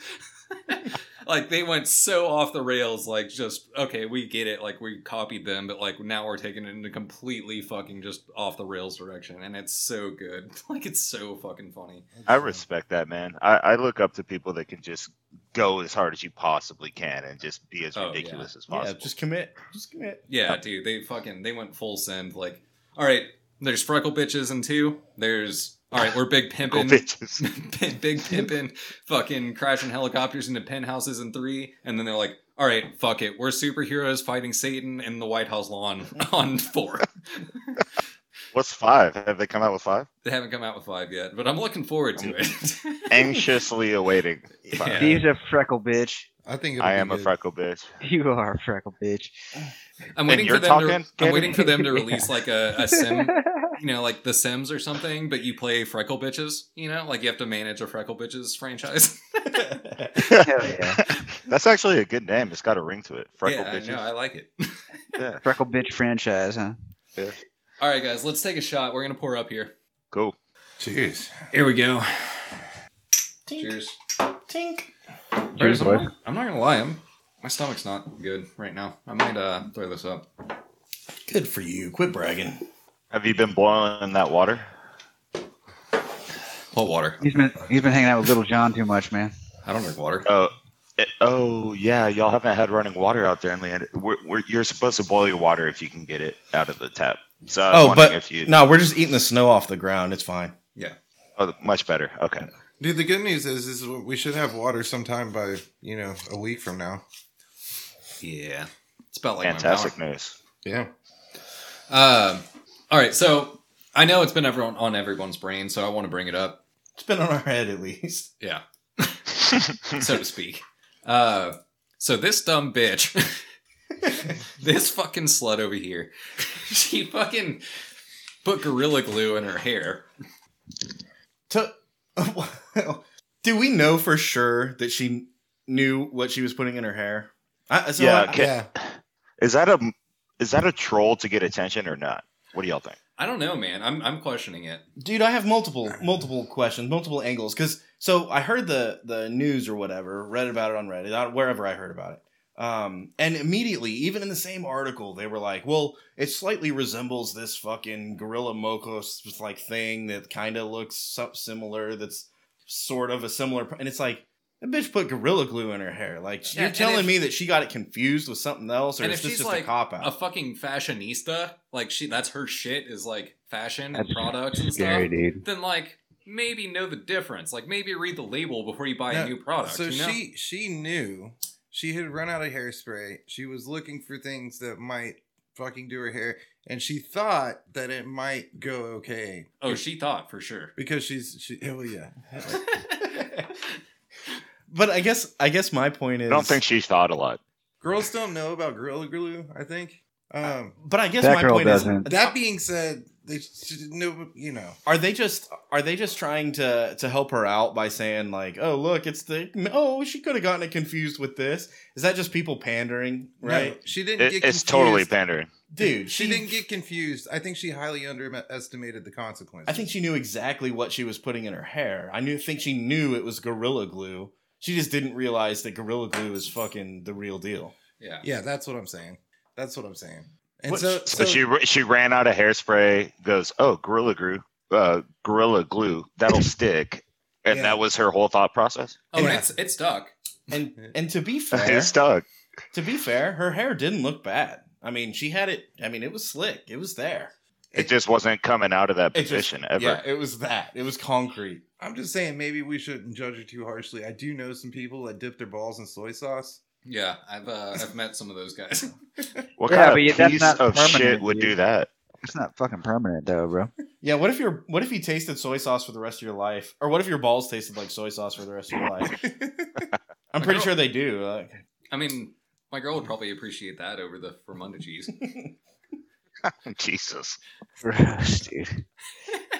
A: like they went so off the rails like just okay, we get it like we copied them but like now we're taking it in a completely fucking just off the rails direction and it's so good. Like it's so fucking funny.
E: I respect that, man. I, I look up to people that can just go as hard as you possibly can and just be as
A: Oh,
E: ridiculous as
D: Yeah,
E: possible.
D: just commit. Just commit.
A: Yeah, dude, they fucking they went full send. Like, all right, there's freckle bitches in two. There's all right, we're big
E: Go
A: pimping,
E: bitches.
A: big pimping, fucking crashing helicopters into penthouses in three, and then they're like, all right, fuck it, we're superheroes fighting Satan in the White House lawn on four.
E: What's five? Have they come out with five?
A: they haven't come out with five yet, but I'm looking forward to it.
E: Anxiously awaiting.
A: Yeah.
E: Five.
C: He's a freckle bitch.
B: I think it'll
E: I
B: be
E: am a
B: good.
E: freckle bitch.
C: You are a freckle bitch.
A: I'm waiting
E: And
A: for
E: you're
A: them
E: talking,
A: to. I'm
E: Kevin?
A: waiting for them to release like a, a sim
C: I
A: you know, like The Sims or something, but you play Freckle Bitches, you know, like you have to manage a Freckle Bitches franchise.
C: yeah.
E: That's actually a good name. It's got a ring to it. Freckle
A: yeah,
E: bitches.
A: I know, I like it.
E: Yeah,
C: freckle bitch franchise, huh?
A: All right, guys, let's take a shot. We're going to pour up here.
E: cool.
B: Cheers.
A: Here we go.
D: Tink.
A: Cheers.
D: Tink.
A: Cheers,
C: boy.
A: I'm, I'm not going to lie. I'm, my stomach's not good right now. I might uh, throw this up.
D: Good for you. Quit bragging.
E: Have you been boiling that water?
A: Hot water.
C: He's been he's been hanging out with Little John too much, man.
A: I don't drink water.
E: Oh, it, oh yeah. Y'all haven't had running water out there in Leander. We're, we're, you're supposed to boil your water if you can get it out of the tap. So I was
D: Oh,
E: wondering
D: but
E: if you
D: no, we're just eating the snow off the ground. It's fine.
E: oh, much better. Okay.
B: Dude, the good news is, is we should have water sometime by you know a week from now.
A: Yeah. It's about like
E: Fantastic
A: My
E: news.
B: Yeah.
A: mouth. Um, all right, so I know it's been everyone on everyone's brain, so I want to bring it up.
D: It's been on our head at least.
A: Yeah. so to speak. Uh, so this dumb bitch, this fucking slut over here, she fucking put gorilla glue in her hair.
D: To- Do we know for sure that she knew what she was putting in her hair? I, so
E: Yeah,
D: I-
E: okay.
B: Yeah.
E: Is that a is that a troll to get attention or not? What do y'all think?
A: I don't know, man. I'm I'm questioning it.
D: dude i have multiple multiple questions multiple angles because so i heard the the news or whatever read about it on reddit I- wherever i heard about it um and immediately even in the same article they were like well it slightly resembles this fucking gorilla mocos like thing that kind of looks so- similar that's sort of a similar and it's like that bitch put gorilla glue in her hair like
A: Yeah,
D: you're
A: and
D: telling
A: if-
D: me that she got it confused with something else or
A: And
D: is
A: if
D: this
A: she's
D: just
A: like
D: a cop
A: A
D: out
A: fucking fashionista, like she that's her shit is like fashion and
C: That's
A: products and
C: Scary
A: stuff.
C: dude.
A: Then like maybe know the difference. Like maybe read the label before you buy
B: Yeah,
A: a new product.
B: So
A: you know?
B: she she knew she had run out of hairspray. She was looking for things that might fucking do her hair, and she thought that it might go okay
A: Oh, she thought for sure.
B: because she's she. Oh well, yeah.
D: but i guess i guess my point is
E: I don't think she thought a lot.
B: Girls don't know about Gorilla Glue. I think. Um.
D: but i guess
C: That
D: my
C: girl
D: point is
C: doesn't.
B: That being said, they should know. You know.
D: are they just are they just trying to to help her out by saying like oh look it's the oh she could have gotten it confused with this is that just people pandering right
B: No, she didn't.
E: It,
B: get
E: it's totally
B: confused.
E: pandering.
D: dude
B: She didn't get confused. I think she highly underestimated the consequences.
D: i think she knew exactly what she was putting in her hair i knew think she knew it was gorilla glue she just didn't realize that gorilla glue is fucking the real deal
A: Yeah.
B: Yeah, that's what I'm saying. That's what I'm saying. And
D: What-
B: so, so,
E: So, she she she ran out of hairspray. Goes oh gorilla glue, uh, gorilla glue that'll stick, and
B: Yeah.
E: that was her whole thought process.
A: Oh, and
B: Yeah.
A: it's it stuck.
D: and and to be
E: It
D: fair
E: stuck.
D: to be fair her hair didn't look bad i mean she had it i mean it was slick it was there
E: It just wasn't coming out of that
D: It just-
E: position ever.
D: yeah it was that it was concrete
B: I'm just saying maybe we shouldn't judge her too harshly. I do know some people that dip their balls in soy sauce.
A: Yeah, I've uh, I've met some of those guys.
E: What
C: Yeah, but
E: kind
C: yet
E: of
C: that's
E: piece
C: not
E: of shit
C: permanent,
E: would
C: dude.
E: do that?
C: It's not fucking permanent though, bro.
D: Yeah, what if your what if you tasted soy sauce for the rest of your life, or what if your balls tasted like soy sauce for the rest of your life? I'm pretty sure they do. Like,
A: I mean, my girl would probably appreciate that over the Fromunda cheese.
E: Jesus.
C: Gross, dude.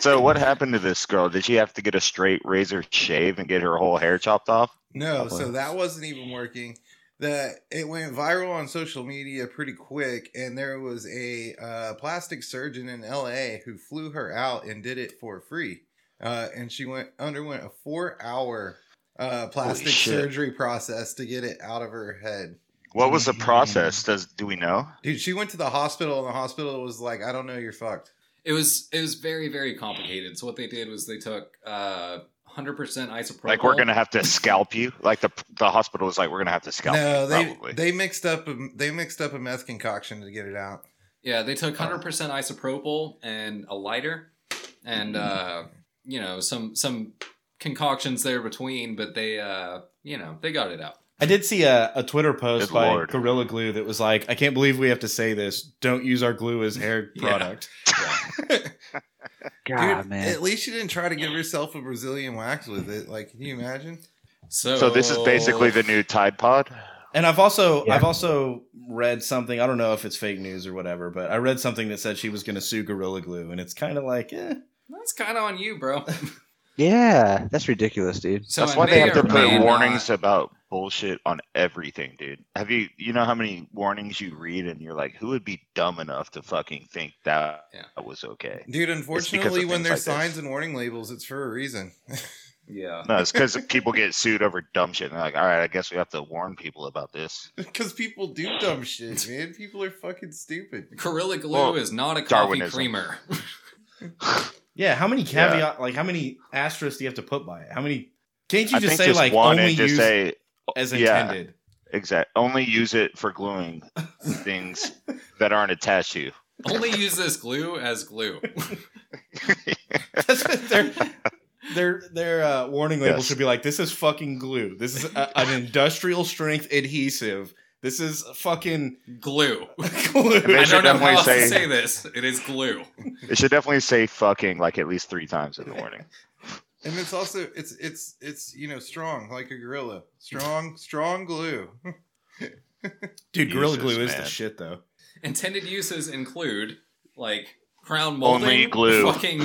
E: So what happened to this girl? Did she have to get a straight razor shave and get her whole hair chopped off?
B: No,
E: Probably.
B: so that wasn't even working. The it went viral on social media pretty quick, and there was a uh, plastic surgeon in L.A. who flew her out and did it for free. Uh, and she went underwent a four hour uh, plastic
E: shit.
B: surgery process to get it out of her head.
E: What was the
C: Mm.
E: process? Does do we know?
B: Dude, she went to the hospital, and the hospital was like, "I don't know, you're fucked."
A: It was it was very very complicated. So what they did was they took uh 100% isopropyl.
E: Like we're gonna have to scalp you? Like the the hospital was like we're gonna have to scalp
B: no,
E: you
B: they
E: probably.
B: they mixed up a, they mixed up a meth concoction to get it out.
A: Yeah, they
E: Uh,
A: took 100% isopropyl and a lighter and
E: Mm-hmm.
A: uh you know, some some concoctions there between, but they uh you know, they got it out.
D: I did see a, a Twitter post
E: Good
D: by
E: lord.
D: Gorilla Glue that was like, I can't believe we have to say this. Don't use our glue as hair
A: Yeah.
D: product.
E: Ah,
C: God,
B: Dude,
C: man.
B: at least she didn't try to give herself a Brazilian wax with it. Like, can you imagine?
A: So
E: so this is basically the new Tide Pod.
D: And I've also
C: Yeah.
D: I've also read something, I don't know if it's fake news or whatever, but I read something that said she was gonna sue Gorilla Glue, and it's kinda like, eh.
A: That's kind of on you, bro.
C: yeah, that's ridiculous, dude.
A: So
E: That's
A: I
E: why they
A: may
E: have to
A: or may
E: put
A: not-
E: warnings about bullshit on everything, dude. Have you you know how many warnings you read and you're like, who would be dumb enough to fucking think that
A: Yeah.
E: was okay?
B: Dude, unfortunately,
E: of
B: when
E: things
B: there's
E: like this.
B: signs and warning labels, it's for a reason.
A: Yeah.
E: No, it's because people get sued over dumb shit. And they're like, all right, I guess we have to warn people about this.
B: Because people do dumb shit, man. People are fucking stupid.
A: Gorilla Glue
E: Well,
A: is not a coffee
E: Darwinism.
A: creamer.
D: Yeah, how many
E: Yeah.
D: caveat like how many asterisks do you have to put by it? How many can't you
E: I
D: just
E: think
D: say
E: just
D: like
E: one
D: only
E: and just
D: use
E: say
D: as
E: yeah.
D: intended?
E: exact only use it for gluing things that aren't attached to you.
A: Only use this glue as glue.
D: That's what their their their uh, warning label
E: Yes.
D: should be like. This is fucking glue. This is a, an industrial strength adhesive. This is fucking
A: glue.
D: glue.
E: They
A: I
E: should
A: don't know how
E: definitely
A: else
E: say-
A: to say this. It is glue.
E: It should definitely say fucking like at least three times in the morning.
B: And it's also it's it's it's you know strong like a gorilla, strong strong glue.
D: Dude, Gorilla
E: Jesus,
D: Glue is the
E: man.
D: shit though.
A: Intended uses include like crown molding,
E: Only glue.
A: fucking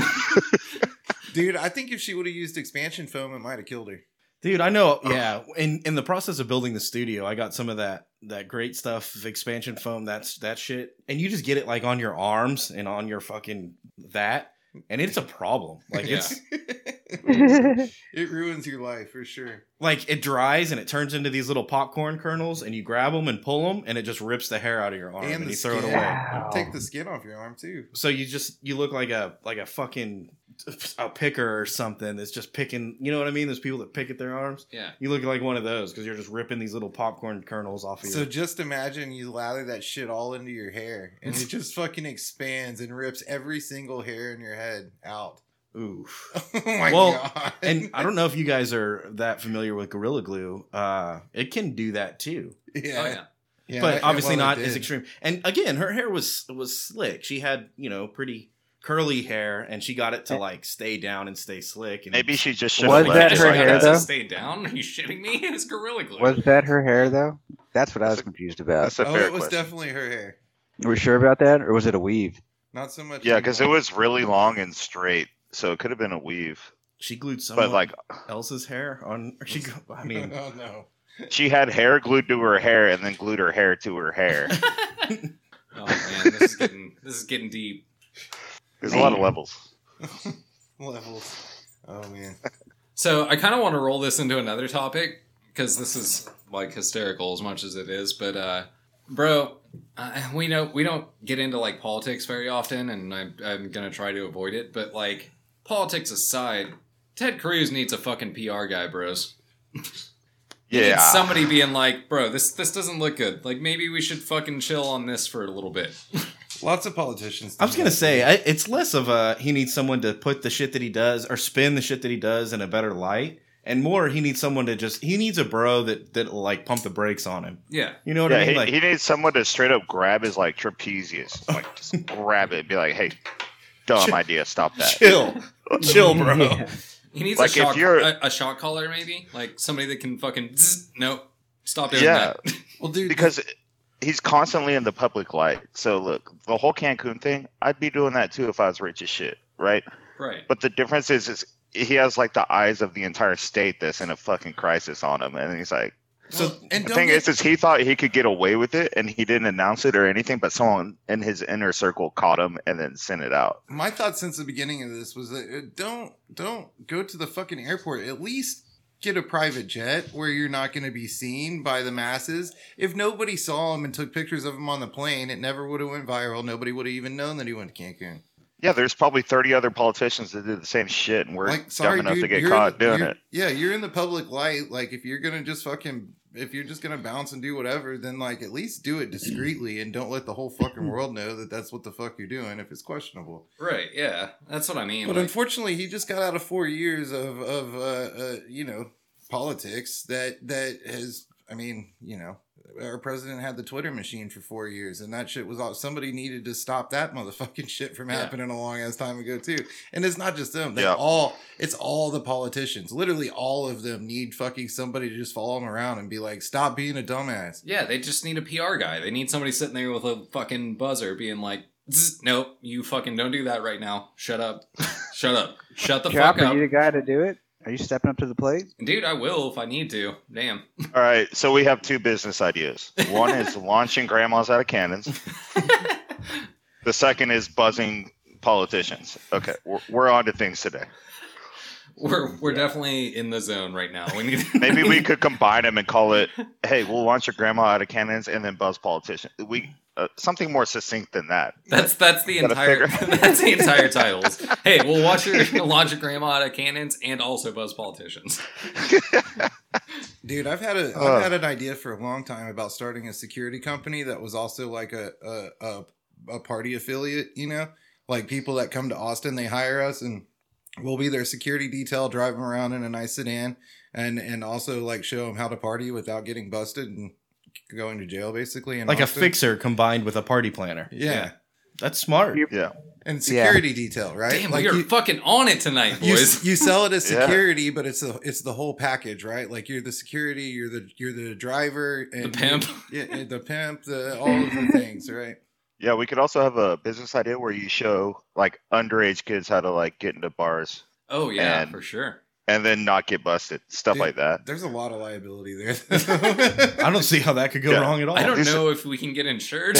B: Dude, I think if she would have used expansion foam, it might have killed her.
D: Dude, I know. Yeah, in in the process of building the studio, I got some of that that great stuff, expansion foam, that's that shit, and you just get it like on your arms and on your fucking that, and it's a problem. Like it's
B: It ruins your life for sure.
D: like it dries and it turns into these little popcorn kernels and you grab them and pull them and it just rips the hair out of your arm
B: And
D: and,
B: the
D: you throw
B: skin.
D: it away
C: Wow.
B: Take the skin off your arm too.
D: so you just you look like a like a fucking a picker or something that's just picking you know what i mean there's people that pick at their arms
A: yeah.
D: you look like one of those because you're just ripping these little popcorn kernels off of
B: So
D: your
B: just imagine you lather that shit all into your hair, and it just fucking expands and rips every single hair in your head out.
D: oof
B: oh my
D: Well,
B: god!
D: and i don't know if you guys are that familiar with gorilla glue uh it can do that too
B: yeah,
A: Oh yeah.
B: Yeah,
D: but
B: that-
D: obviously
B: well, it
D: not as
B: did.
D: extreme. And again, her hair was was slick. She had you know pretty curly hair, and she got it to like stay down and stay slick. And
E: Maybe she just should
C: Was
E: have
A: Like,
C: that
E: left
A: just
E: it
C: her
A: like
C: hair,
A: that
E: that.
A: to
C: though?
A: Stay down. Are you shitting me? It's gorilla glue.
C: Was that her hair though? That's what I was confused about.
E: That's a
B: oh,
E: fair
B: it was
E: question.
B: definitely her hair.
C: Were you sure about that, or was it a weave?
B: Not so much.
E: Yeah, because it
B: anymore.
E: was really long and straight, so it could have been a weave.
D: she glued someone
E: But like,
D: else's hair on. Or she, I mean,
B: oh no.
E: she had hair glued to her hair, and then glued her hair to her hair.
A: oh man, this is getting this is getting deep.
E: There's a lot of levels.
B: Levels. Oh man.
A: So I kind of want to roll this into another topic because this is like hysterical as much as it is. But uh, bro, uh, we know we don't get into like politics very often, and I'm, I'm gonna try to avoid it. But like politics aside, Ted Cruz needs a fucking PR guy, bros. He needs
E: Yeah,
A: somebody being like, bro, this this doesn't look good. Like maybe we should fucking chill on this for a little bit.
B: Lots of politicians.
D: I was gonna say I, it's less of a he needs someone to put the shit that he does or spin the shit that he does in a better light, and more he needs someone to just he needs a bro that that will like pump the brakes on him.
A: Yeah,
D: You know what
E: yeah.
D: I mean?
E: He,
D: like
E: he needs someone to straight up grab his like trapezius, like just grab it, and be like, "Hey, dumb idea, stop that."
D: chill, chill, bro.
A: he needs
E: Like,
A: a
E: if
A: shot
E: you're-
A: a, a shot caller, maybe like somebody that can fucking zzz, no stop doing
E: Yeah.
A: that.
B: Well, dude,
E: because he's constantly in the public light. So look, the whole Cancun thing, I'd be doing that too if I was rich as shit, right?
A: Right.
E: But the difference is, is he has like the eyes of the entire state that's in a fucking crisis on him, and he's like.
D: So-
B: Well, and
E: The
B: don't
E: thing
B: get-
E: is, is he thought he could get away with it, and he didn't announce it or anything. But someone in his inner circle caught him and then sent it out.
B: my thought since the beginning of this was that uh, don't don't go to the fucking airport. At least get a private jet where you're not going to be seen by the masses. If nobody saw him and took pictures of him on the plane, it never would have went viral. Nobody would have even known that he went to Cancun.
E: Yeah, there's probably 30 other politicians that did the same shit, and we're
B: like, sorry,
E: dumb enough
B: dude,
E: to get
B: you're in
E: caught
B: the-
E: doing
B: you're-
E: it.
B: Yeah, you're in the public light. Like, if you're gonna just fucking, if you're just gonna bounce and do whatever, then like at least do it discreetly and don't let the whole fucking world know that that's what the fuck you're doing if it's questionable.
A: Right. Yeah. That's what I mean.
B: But
A: like-
B: unfortunately, he just got out of four years of of uh, uh, you know politics that that has. I mean, you know, our president had the Twitter machine for four years, and that shit was all. Somebody needed to stop that motherfucking shit from
A: Yeah.
B: happening a long ass time ago too. And it's not just them; they
E: Yeah.
B: all. It's all the politicians. Literally, all of them need fucking somebody to just follow them around and be like, "Stop being a dumbass."
A: yeah, they just need a PR guy. They need somebody sitting there with a fucking buzzer being like, "Zzz, nope, you fucking don't do that right now. Shut up. Shut up. Shut the
C: Chop,
A: fuck
C: are
A: up.
C: you the guy to do it? Are you stepping up to the plate?
A: Dude, I will if I need to. Damn.
E: All right, so we have two business ideas. One is launching grandmas out of cannons. The second is buzzing politicians. Okay, we're, we're on to things today.
A: We're we're definitely in the zone right now. We need
E: Maybe we could combine them and call it, "Hey, we'll launch your grandma out of cannons and then buzz politicians." We uh, something more succinct than that.
A: That's that's the
E: Gotta
A: entire
E: figure-
A: that's the entire titles. Hey, we'll watch your launch your grandma out of cannons and also buzz politicians.
B: Dude, I've had a
E: Ugh.
B: have had an idea for a long time about starting a security company that was also like a a, a a party affiliate. You know, like people that come to Austin, they hire us, and we'll be their security detail, drive them around in a nice sedan, and and also like show them how to party without getting busted and going to jail, basically. In
D: like
B: Austin.
D: a fixer combined with a party planner.
B: yeah.
A: Yeah.
D: That's smart.
C: Yep.
E: Yeah,
B: and
C: Yeah.
B: security detail, right?
A: Damn,
B: like
A: we are
B: you-
A: fucking on it tonight,
B: you,
A: boys.
B: you sell it as
E: Yeah.
B: security, but it's the it's the whole package, right? Like you're the security, you're the you're the driver, and
A: the pimp.
B: yeah, yeah, the pimp, the all of the things, right?
E: yeah. We could also have a business idea where you show like underage kids how to like get into bars
A: Oh yeah,
E: And-
A: for sure.
E: and then not get busted, stuff
B: Dude,
E: like that.
B: There's a lot of liability there.
D: I don't see how that could go
E: Yeah.
C: Oh,
D: wrong at all.
A: I don't
E: these-
A: know if we can get insured.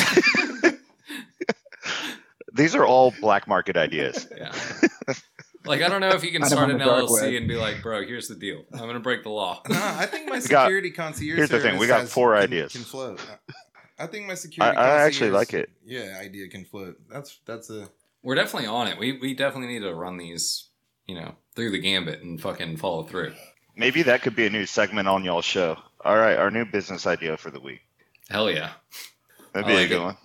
E: These are all black market ideas.
A: yeah. Like I don't know if you can
C: Kind of
A: start
C: on
A: an
C: the dark
A: LLC
C: web.
A: and be like, bro, here's the deal. I'm gonna break the law.
B: Nah, I think my
E: We got-
B: security concierge.
E: here's the thing, we
B: service
E: got
B: has-
E: four
B: can-
E: ideas.
B: Can float. I think my security.
E: I actually
B: concierge-
E: like it.
B: Yeah, idea can float. That's that's a
A: We're definitely on it. We we definitely need to run these, you know, through the gambit and fucking follow through.
E: Maybe that could be a new segment on y'all's show. All right, our new business idea for the week.
A: Hell yeah.
E: That'd
A: I
E: be
A: like
E: a good
A: it.
E: one.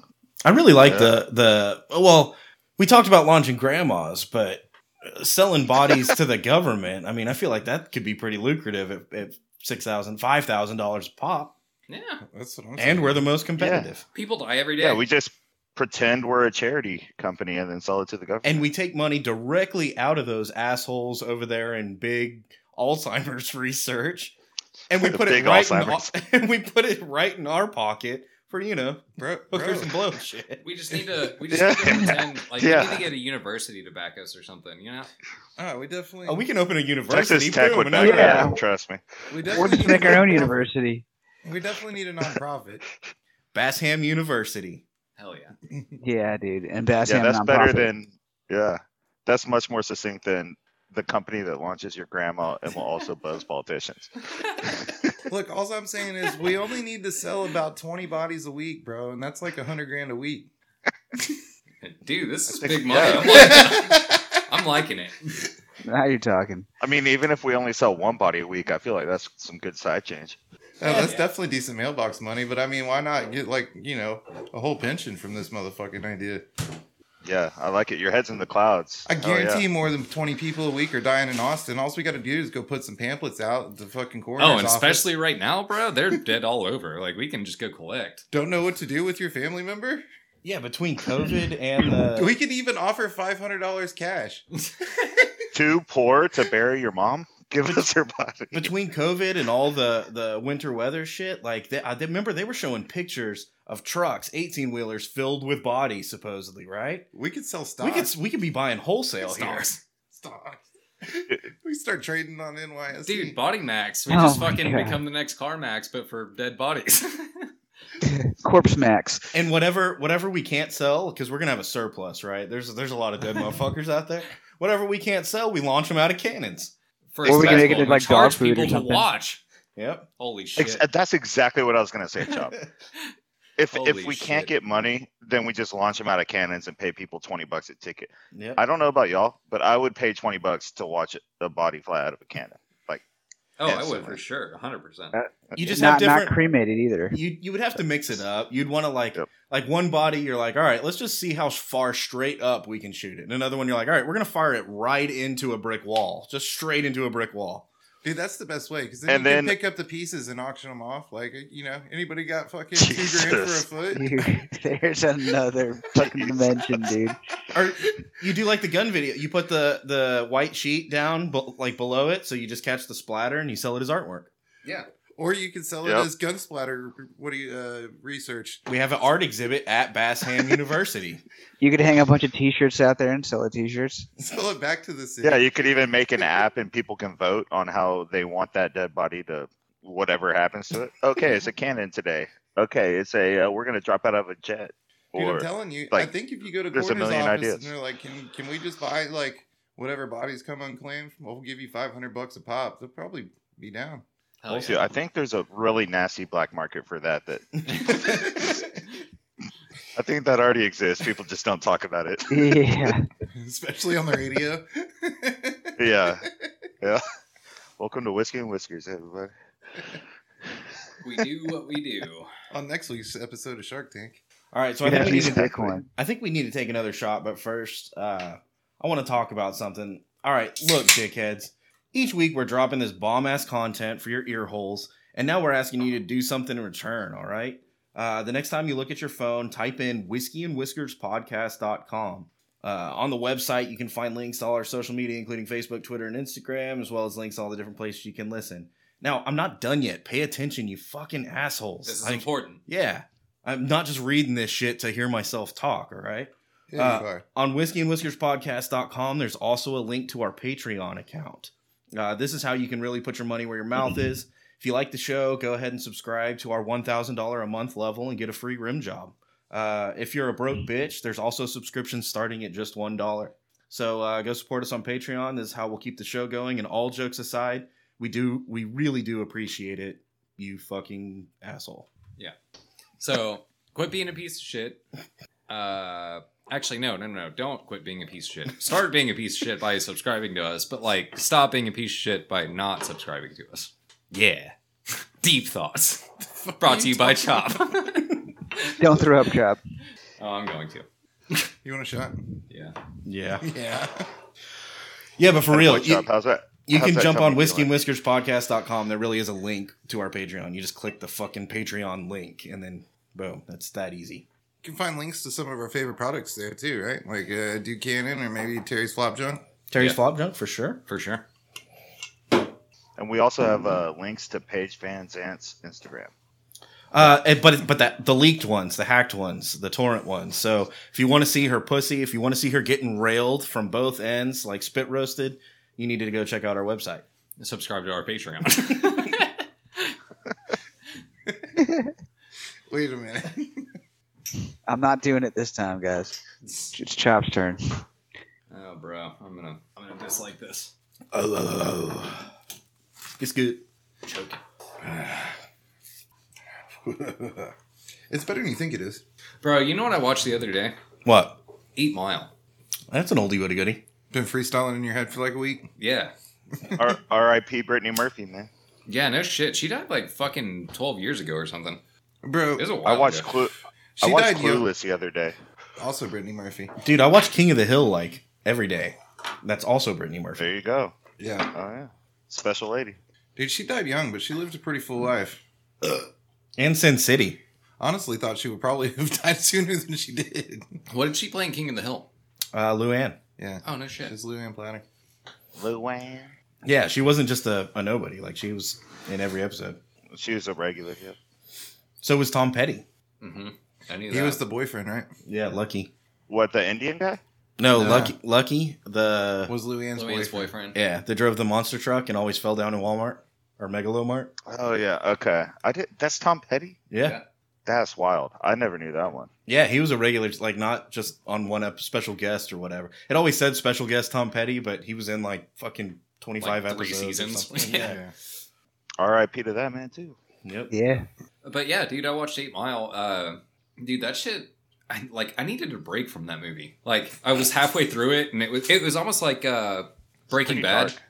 D: I really like
E: Yeah.
D: the the well, we talked about launching grandmas, but uh, selling bodies to the government. I mean, I feel like that could be pretty lucrative at, at six thousand, five thousand dollars a pop,
A: Yeah.
B: that's what I'm saying.
D: and we're the most competitive.
A: People die every day.
E: Yeah. we just pretend we're a charity company and then sell it to the government.
D: And we take money directly out of those assholes over there in big Alzheimer's research, and we
E: The
D: put it
E: big
D: right in our,
E: Alzheimer's.
D: and we put it right in our pocket for you know
B: bro, bro.
D: hookers and blow shit.
A: We just need to. We just
E: Yeah.
A: need to pretend like
E: Yeah.
A: we need to get a university to back us or something. You know,
B: Ah, we definitely.
D: Oh, we can open a university.
E: Texas Tech
D: boom,
E: would
D: and
E: back
D: I-
E: it
C: Yeah.
E: up, trust me.
B: we
C: We'll
B: definitely
C: just make our
B: a
C: own
B: non-
C: university.
B: We definitely need a nonprofit.
D: Bassham University.
A: hell yeah.
C: Yeah, dude. And Bass
E: yeah,
C: Ham
E: that's better
C: nonprofit.
E: than yeah. That's much more succinct than the company that launches your grandma and will also buzz politicians.
B: Look, all I'm saying is we only need to sell about 20 bodies a week, bro, and that's like 100 grand a week.
A: Dude, this is
E: think-
A: big money.
E: yeah.
A: I'm, liking, I'm liking it.
C: Now you're talking.
E: I mean, even if we only sell one body a week, I feel like that's some good side change.
B: No, Oh, that's
A: Yeah.
B: definitely decent mailbox money, but I mean, why not get like you know a whole pension from this motherfucking idea?
E: Yeah, I like it. Your head's in the clouds.
B: I
E: Hell
B: guarantee
E: Oh, yeah.
B: more than twenty people a week are dying in Austin. All we got to do is go put some pamphlets out at the fucking coroner's
A: Oh, and
B: office.
A: especially right now, bro, they're dead all over. Like we can just go collect.
B: don't know what to do with your family member.
D: Yeah, between COVID and the
B: We could even offer five hundred dollars cash.
E: Too poor to bury your mom? Give us her body.
D: between COVID and all the the winter weather shit, like they, I remember they were showing pictures of trucks, eighteen wheelers filled with bodies, supposedly. Right?
B: We could sell stock.
D: We could we could be buying wholesale here.
A: Stars.
B: stocks. we start trading on NYSE.
A: Dude, Body Max. We
C: Oh
A: just
C: my
A: fucking
C: God.
A: become the next Car Max, but for dead bodies.
C: Corpse Max.
D: And whatever whatever we can't sell, because we're gonna have a surplus, right? There's there's a lot of dead motherfuckers out there. Whatever we can't sell, we launch them out of cannons.
A: For
C: Or we can make it
A: example,
C: like dog
A: charge
C: food or
A: people to
C: something.
A: watch.
D: Yep.
A: Holy shit.
E: Ex- that's exactly what I was gonna say, Chop. If
A: Holy
E: if we can't
A: shit.
E: get money, then we just launch them out of cannons and pay people twenty bucks a ticket.
D: Yep.
E: I don't know about y'all, but I would pay twenty bucks to watch a body fly out of a cannon.
A: oh,
E: yeah,
A: I would
E: so-
A: for sure, hundred percent.
D: you just have
C: not
D: different
C: not cremated either.
D: you you would have to mix it up. You'd want to like
E: Yep.
D: like one body, you're like, all right, let's just see how far straight up we can shoot it. And another one, you're like, all right, we're gonna fire it right into a brick wall, just straight into a brick wall.
B: Dude, that's the best way because then
E: And
B: you
E: then-
B: can pick up the pieces and auction them off. Like you know, anybody got fucking two grand for a
E: Jesus.
B: foot?
C: Dude, there's another fucking dimension, dude.
D: Or you do like the gun video. You put the the white sheet down bu- like below it, so you just catch the splatter and you sell it as artwork.
B: Yeah. Or you can sell it
E: Yep.
B: as gun splatter. What do you uh, research?
D: We have an art exhibit at Bass Ham University.
C: You could hang a bunch of T-shirts out there and sell the T-shirts.
B: Sell it back to the city.
E: Yeah, you could even make an app and people can vote on how they want that dead body to whatever happens to it. Okay, it's a cannon today. Okay, it's a uh, we're gonna drop out of a jet.
B: Dude, I'm
E: Or
B: telling you, I
E: like,
B: think if you go to
E: there's a
B: quarters office
E: million
B: and
E: ideas.
B: they're like, "Can can we just buy like whatever bodies come unclaimed? We'll give you 500 bucks a pop." They'll probably be down.
A: Hell
E: Dude, I think there's a really nasty black market for that. That I think that already exists. People just don't talk about it.
C: Yeah,
B: Especially on the radio.
E: yeah, yeah. Welcome to Whiskey and Whiskers, everybody.
A: we do what we do.
B: on next week's episode of Shark Tank.
D: All right, so I
C: you'd
D: think
C: have
D: we
C: to
D: need
C: use
D: to
C: Bitcoin.
D: I think we need to take another shot, but first, uh, I want to talk about something. All right, look, dickheads. Each week we're dropping this bomb ass content for your ear holes, and now we're asking you to do something in return, all right? Uh, the next time you look at your phone, type in whiskey and whiskers podcast.com. Uh, on the website, you can find links to all our social media, including Facebook, Twitter, and Instagram, as well as links to all the different places you can listen. Now, I'm not done yet. Pay attention, you fucking assholes.
A: This is
D: Like,
A: important.
D: yeah. I'm not just reading this shit to hear myself talk, all right?
B: There
D: Uh,
B: you are.
D: on whiskeyandwhiskerspodcast.com there's also a link to our patreon account uh, this is how you can really put your money where your mouth is if you like the show go ahead and subscribe to our $1000 a month level and get a free rim job uh, if you're a broke bitch there's also subscriptions starting at just $1 so uh, go support us on patreon this is how we'll keep the show going and all jokes aside we do we really do appreciate it you fucking asshole
A: So quit being a piece of shit. Uh, actually, no, no, no, no. Don't quit being a piece of shit. Start being a piece of shit by subscribing to us, but like stop being a piece of shit by not subscribing to us. Yeah. Deep thoughts. Brought to you by Chop.
C: Don't throw up, Chop.
A: oh, I'm going to.
B: You want a shot?
A: Yeah.
D: yeah
B: Yeah.
D: yeah but for real you-
E: How's that?
D: You
E: How's
D: can
E: that
D: jump on
E: coming,
D: whiskey and whiskers podcast.com. There really is a link to our Patreon. You just click the fucking Patreon link and then boom, that's that easy.
B: You can find links to some of our favorite products there too, right? Like uh, Buchanan or maybe Terry's Flop Junk.
D: Terry's
A: Yeah.
D: flop junk for sure.
A: For sure.
E: And we also have uh, links to Paige Van Zant's Instagram.
D: Uh, and- but it- but that the leaked ones, the hacked ones, the torrent ones. So if you want to see her pussy, if you want to see her getting railed from both ends, like spit roasted, you need to go check out our website.
A: Subscribe to our Patreon.
B: Wait a minute.
C: I'm not doing it this time, guys. It's, it's Chop's turn.
A: oh, bro. I'm going to I'm going to dislike this.
D: Oh, it's good.
A: Choke.
B: it's better than you think it is.
A: Bro, you know what I watched the other day?
D: What?
A: Eight Mile.
D: That's an oldie but a goodie.
B: Been freestyling in your head for like a week.
A: Yeah.
E: R- R.I.P. Brittany Murphy, man.
A: Yeah, no shit. She died like fucking 12 years ago or something.
B: Bro,
A: It was a while
E: I watched
A: ago.
E: Clue.
B: she
E: I watched
B: died young.
E: Clueless the other day.
B: Also Brittany Murphy.
D: Dude, I watch King of the Hill like every day. That's also Brittany Murphy.
E: There you go.
B: Yeah.
E: Oh yeah, special lady.
B: Dude, she died young, but she lived a pretty full life.
D: And Sin City.
B: Honestly thought she would probably have died sooner than she did.
A: What did she play in King of the Hill?
D: Uh, Luann.
B: Yeah.
A: Oh, no shit.
B: It's Lou Ann Platter.
E: Luann.
D: Yeah, she wasn't just a, a nobody. Like she was in every episode.
E: She was a regular. Yeah.
D: So was Tom Petty.
A: Mm-hmm. I knew
B: He
A: that.
B: was the boyfriend, right?
D: Yeah, lucky.
E: What the Indian guy?
D: No,
B: No.
D: Lucky, Lucky, the
B: Was Luann's
A: Louise's
B: boyfriend.
A: boyfriend.
D: yeah, that drove the monster truck and always fell down in Walmart or Megalomart.
E: Oh yeah, okay. I did. That's Tom Petty.
D: Yeah.
A: Yeah.
D: yeah,
E: That's wild. I never knew that one.
D: he was a regular, like not just on one ep- special guest or whatever. It always said special guest Tom Petty, but he was in like fucking twenty five
A: Like, three
D: episodes. or
A: seasons.
D: something.
A: Yeah.
E: R.I.P. to that man too.
D: Yep.
C: Yeah.
A: But yeah, dude, I watched Eight Mile. Uh, dude, that shit. I like. I needed a break from that movie. Like, I was halfway through it, and it was it was almost like uh, Breaking
E: Pretty
A: Bad,
E: dark.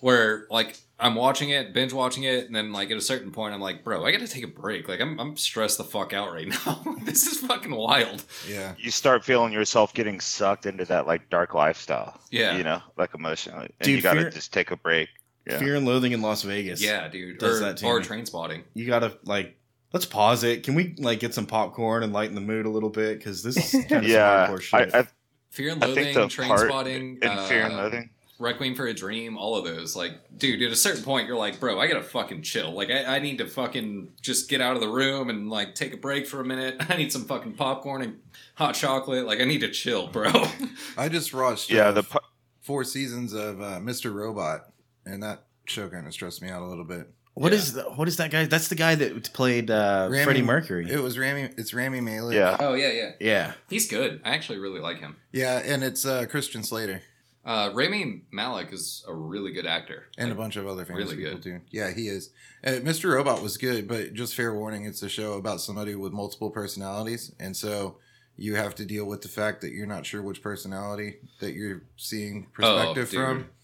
A: where like I'm watching it, binge watching it, and then like at a certain point, I'm like, bro, I got to take a break. Like, I'm I'm stressed the fuck out right now. this is fucking wild.
B: Yeah.
E: You start feeling yourself getting sucked into that like dark lifestyle.
A: Yeah.
E: You know, like emotionally, and
D: Dude,
E: you gotta
D: fear-
E: just take a break. Yeah.
D: Fear and Loathing in Las Vegas.
A: Yeah, dude.
D: Does
A: or
D: that to
A: or
D: me.
A: Train Spotting.
D: you gotta like let's pause it. Can we like get some popcorn and lighten the mood a little bit? Because this is kind of
E: Yeah.
D: hardcore shit.
E: I, I,
A: Fear and
E: I think
A: Loathing,
E: the
A: Train
E: part
A: Spotting,
E: in Fear and
A: uh,
E: Loathing.
A: Requiem for a Dream, all of those. Like, dude, at a certain point, you're like, bro, I gotta fucking chill. Like, I, I need to fucking just get out of the room and, like, take a break for a minute. I need some fucking popcorn and hot chocolate. Like, I need to chill, bro.
B: I just watched
E: Yeah.
B: uh,
E: The par-
B: four seasons of uh, Mr. Robot, and that show kind of stressed me out a little bit.
D: What
A: Yeah.
D: is the, what is that guy? That's the guy that played uh,
B: Rami-
D: Freddie Mercury.
B: It was Rami. It's Rami Malek.
E: yeah.
A: oh, yeah, yeah.
D: yeah,
A: He's good. I actually really like him.
B: Yeah, and it's uh, Christian Slater
A: Uh, Rami Malik is a really good actor.
B: and a
A: Like,
B: bunch of other famous
A: really
B: people
A: good.
B: too. Yeah, he is. Uh, Mr. Robot was good, but just fair warning, it's a show about somebody with multiple personalities, and so you have to deal with the fact that you're not sure which personality that you're seeing perspective
A: Oh, dude.
B: from.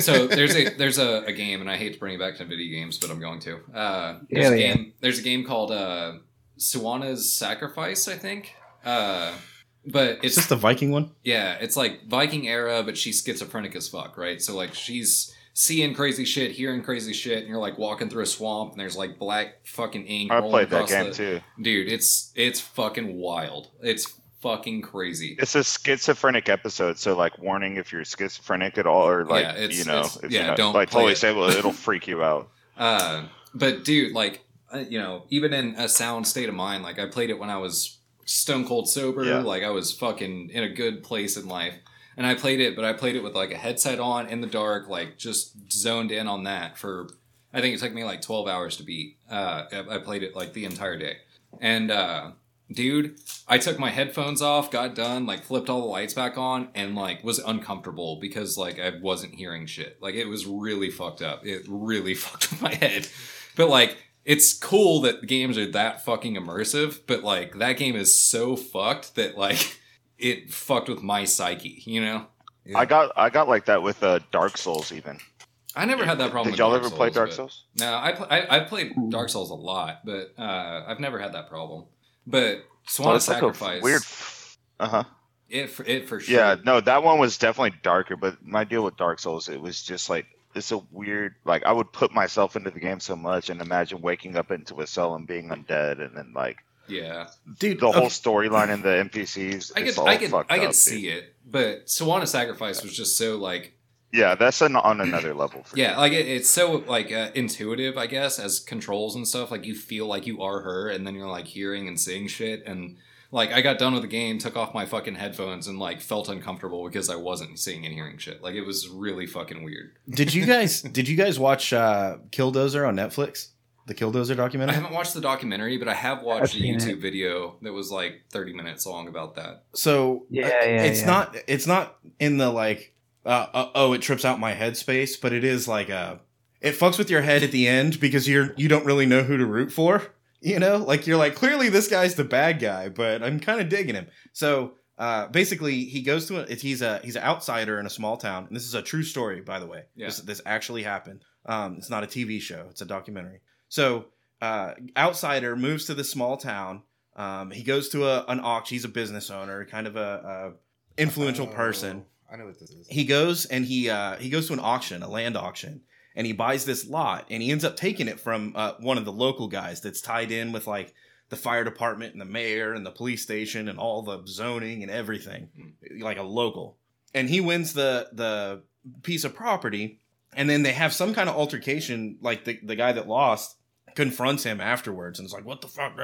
A: so there's a there's a, a game, and I hate to bring it back to video games, but I'm going to. Uh, there's
C: Hell
A: a
C: yeah.
A: game. There's a game called uh, Suwana's Sacrifice, I think. Uh, but
D: it's
A: it's
D: just the Viking one.
A: Yeah, it's like Viking era, but she's schizophrenic as fuck, right? So like she's seeing crazy shit, hearing crazy shit, and you're like walking through a swamp and there's like black fucking ink.
E: I
A: rolling
E: played that
A: across
E: game
A: the-
E: too.
A: Dude, it's it's fucking wild. It's fucking crazy.
E: It's a schizophrenic episode, so like warning if you're schizophrenic at all, or like
A: Yeah, it's-
E: you know,
A: it's-
E: if
A: yeah,
E: you're not,
A: don't
E: like
A: play
E: totally
A: it.
E: stable, it'll freak you out.
A: Uh, but dude, like uh, you know, even in a sound state of mind, like I played it when I was stone cold sober,
E: Yeah.
A: like I was fucking in a good place in life. And I played it, but I played it with like a headset on in the dark, like just zoned in on that for I think it took me like 12 hours to beat. Uh, I I played it like the entire day. And uh, dude, I took my headphones off, got done, like flipped all the lights back on, and like was uncomfortable because like I wasn't hearing shit. Like it was really fucked up. It really fucked up my head. But like, it's cool that games are that fucking immersive, but like that game is so fucked that like it fucked with my psyche, you know?
B: Yeah.
E: I got I got like that with uh, Dark Souls even.
A: I never had that problem.
E: Did
A: with
E: y'all
A: Dark
E: ever play
A: Souls,
E: Dark
A: but-
E: Souls?
A: No, I, pl- I I've played Dark Souls a lot, but uh, I've never had that problem. But Swan
E: Oh,
A: of
E: it's like a
A: Sacrifice,
E: weird. Uh huh.
A: it for, it for sure.
E: Yeah, no, that one was definitely darker. But my deal with Dark Souls, it was just like it's a weird. Like I would put myself into the game so much, and imagine waking up into a cell and being undead, and then like
A: yeah.
D: Dude,
E: the whole
D: okay,
E: storyline and the NPCs.
A: I
E: it's
A: could
E: all
A: I could
E: fucked
A: I could
E: up,
A: see
E: dude.
A: it, but Swan of Sacrifice was just so like
E: Yeah, that's an, on another level. For
A: yeah, like it, it's so like uh, intuitive, I guess, as controls and stuff. Like you feel like you are her, and then you're like hearing and seeing shit. And like I got done with the game, took off my fucking headphones, and like felt uncomfortable because I wasn't seeing and hearing shit. Like it was really fucking weird.
D: did you guys did you guys watch uh, Killdozer on Netflix? The Killdozer
A: I
D: documentary.
A: haven't watched the documentary, but I have watched a
C: seen it.
A: YouTube video that was like 30 minutes long about that.
D: So
C: Yeah,
D: uh,
C: yeah,
D: it's
C: yeah.
D: not it's not in the like uh, uh, oh it trips out my headspace, but it is like uh it fucks with your head at the end because you're you don't really know who to root for. You know, like you're like clearly this guy's the bad guy, but I'm kind of digging him. So uh, basically, he goes to a, it's- he's a he's an outsider in a small town, and this is a true story, by the way.
A: Yeah.
D: This, this actually happened. Um, it's not a TV show; it's a documentary. So uh, outsider moves to this small town. Um, he goes to a, an auction. He's a business owner, kind of a, a influential
B: Oh,
D: person.
B: I know what this is.
D: He goes and he uh, he goes to an auction, a land auction, and he buys this lot. And he ends up taking it from uh, one of the local guys that's tied in with like the fire department and the mayor and the police station and all the zoning and everything, like a local. And he wins the the piece of property. And then they have some kind of altercation. Like the the guy that lost confronts him afterwards and is like, "What the fuck?"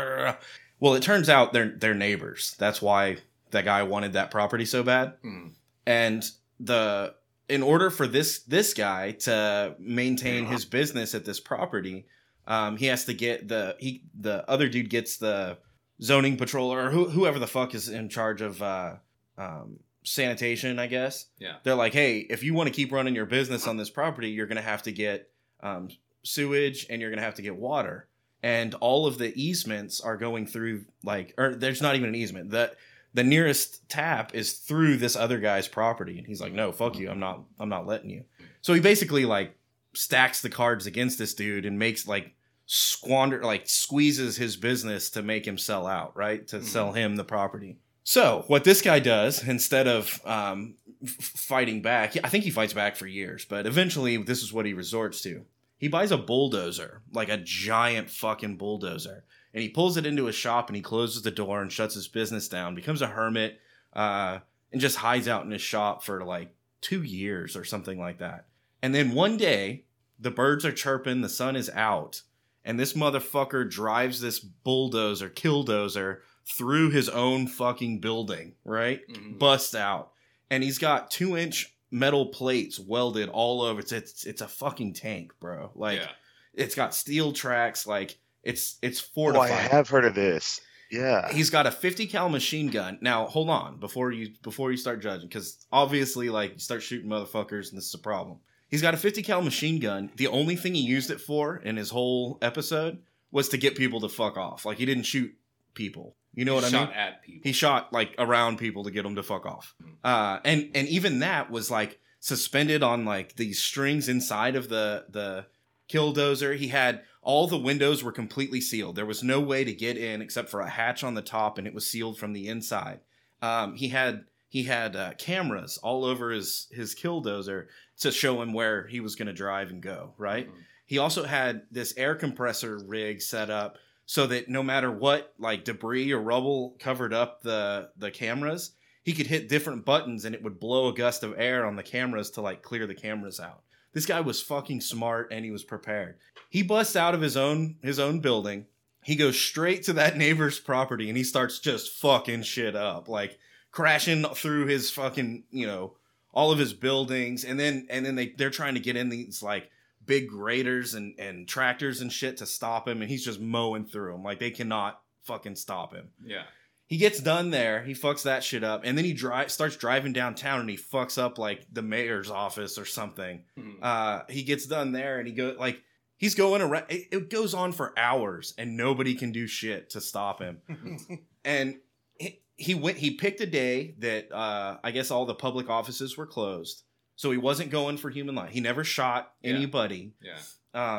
D: Well, it turns out they're they're neighbors. That's why that guy wanted that property so bad
A: Hmm.
D: and the in order for this this guy to maintain his business at this property um he has to get the he the other dude gets the zoning patroller or who, whoever the fuck is in charge of uh um sanitation i guess
A: Yeah.
D: they're like hey if you want to keep running your business on this property you're gonna have to get um sewage and you're gonna have to get water and all of the easements are going through like or there's not even an easement the the nearest tap is through this other guy's property and he's like no fuck you i'm not i'm not letting you so he basically like stacks the cards against this dude and makes like squander like squeezes his business to make him sell out right to
A: Mhm.
D: sell him the property so what this guy does instead of um, f- fighting back i think he fights back for years but eventually this is what he resorts to he buys a bulldozer like a giant fucking bulldozer and he pulls it into his shop and he closes the door and shuts his business down becomes a hermit uh, and just hides out in his shop for like two years or something like that and then one day the birds are chirping the sun is out and this motherfucker drives this bulldozer killdozer through his own fucking building right
A: Mhm.
D: busts out and he's got two inch metal plates welded all over it's it's, it's a fucking tank bro like
A: yeah.
D: it's got steel tracks like it's it's
E: Oh, I
D: fortified
E: have heard of this. Yeah.
D: he's got a 50 cal machine gun now hold on before you before you start judging because obviously like you start shooting motherfuckers and this is a problem he's got a 50 cal machine gun the only thing he used it for in his whole episode was to get people to fuck off like he didn't shoot people you know
A: He
D: what i mean
A: shot at people.
D: he shot like around people to get them to fuck off. Uh, and and even that was like suspended on like these strings inside of the the killdozer. He had all the windows were completely sealed. There was no way to get in except for a hatch on the top, and it was sealed from the inside. Um, he had he had uh, cameras all over his his killdozer to show him where he was going to drive and go. Right.
A: Mhm.
D: He also had this air compressor rig set up so that no matter what like debris or rubble covered up the the cameras he could hit different buttons and it would blow a gust of air on the cameras to like clear the cameras out this guy was fucking smart and he was prepared he busts out of his own his own building he goes straight to that neighbor's property and he starts just fucking shit up like crashing through his fucking you know all of his buildings and then and then they they're trying to get in these like big graders and, and tractors and shit to stop him, and he's just mowing through them. Like they cannot fucking stop him.
A: yeah.
D: He gets done there, he fucks that shit up, and then he dri- starts driving downtown and he fucks up like the mayor's office or something.
A: Mhm.
D: Uh, he gets done there and he goes like he's going around. It, it goes on for hours, and nobody can do shit to stop him and he, he went he picked a day that uh i guess all the public offices were closed so he wasn't going for human life he never shot
A: Yeah.
D: anybody
A: Yeah.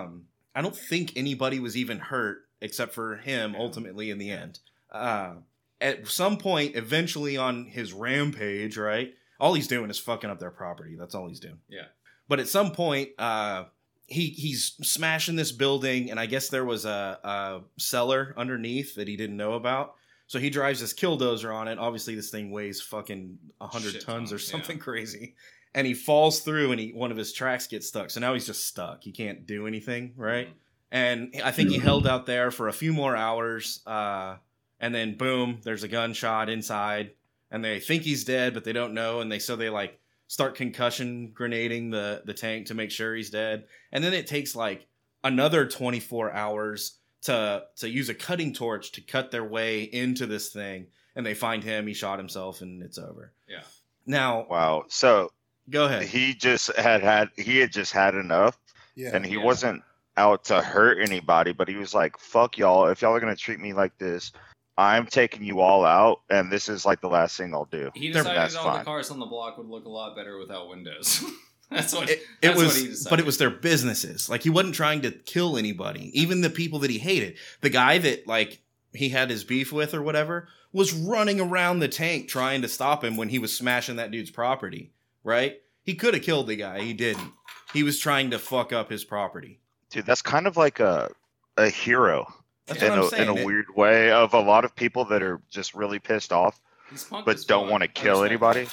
D: um i don't think anybody was even hurt except for him
A: Yeah.
D: ultimately in the end uh at some point eventually on his rampage right all he's doing is fucking up their property that's all he's doing
A: Yeah.
D: but at some point uh he he's smashing this building and i guess there was a, a cellar underneath that he didn't know about so he drives this killdozer on it obviously this thing weighs fucking 100
A: Shit
D: tons or
A: ton, yeah.
D: something crazy and he falls through and he one of his tracks gets stuck so now he's just stuck he can't do anything right
A: Mm-hmm.
D: and i think he held out there for a few more hours uh and then boom there's a gunshot inside and they think he's dead but they don't know and they so they like start concussion grenading the the tank to make sure he's dead and then it takes like another 24 hours to to use a cutting torch to cut their way into this thing and they find him he shot himself and it's over
A: Yeah.
D: now
E: Wow. So
D: go ahead
E: he just had had he had just had enough,
B: Yeah.
E: and he
A: Yeah.
E: wasn't out to hurt anybody, but he was like, "Fuck y'all! If y'all are gonna treat me like this, I'm taking you all out, and this is like the last thing I'll do."
A: He
D: They're-
A: decided
E: That's
A: all
E: fine.
A: the cars on the block would look a lot better without windows. that's what.
D: it, it
A: that's what he
D: was
A: decided.
D: but it was their businesses like he wasn't trying to kill anybody even the people that he hated the guy that like he had his beef with or whatever was running around the tank trying to stop him when he was smashing that dude's property right he could have killed the guy he didn't he was trying to fuck up his property
E: Dude, that's kind of like a a hero
D: that's
E: in
D: what i'm
E: a,
D: saying
E: in a
D: It-
E: weird way of a lot of people that are just really pissed off
A: He's punked
E: but
A: as
E: don't
A: fuck.
E: want to
A: I
E: kill
A: respect
E: anybody.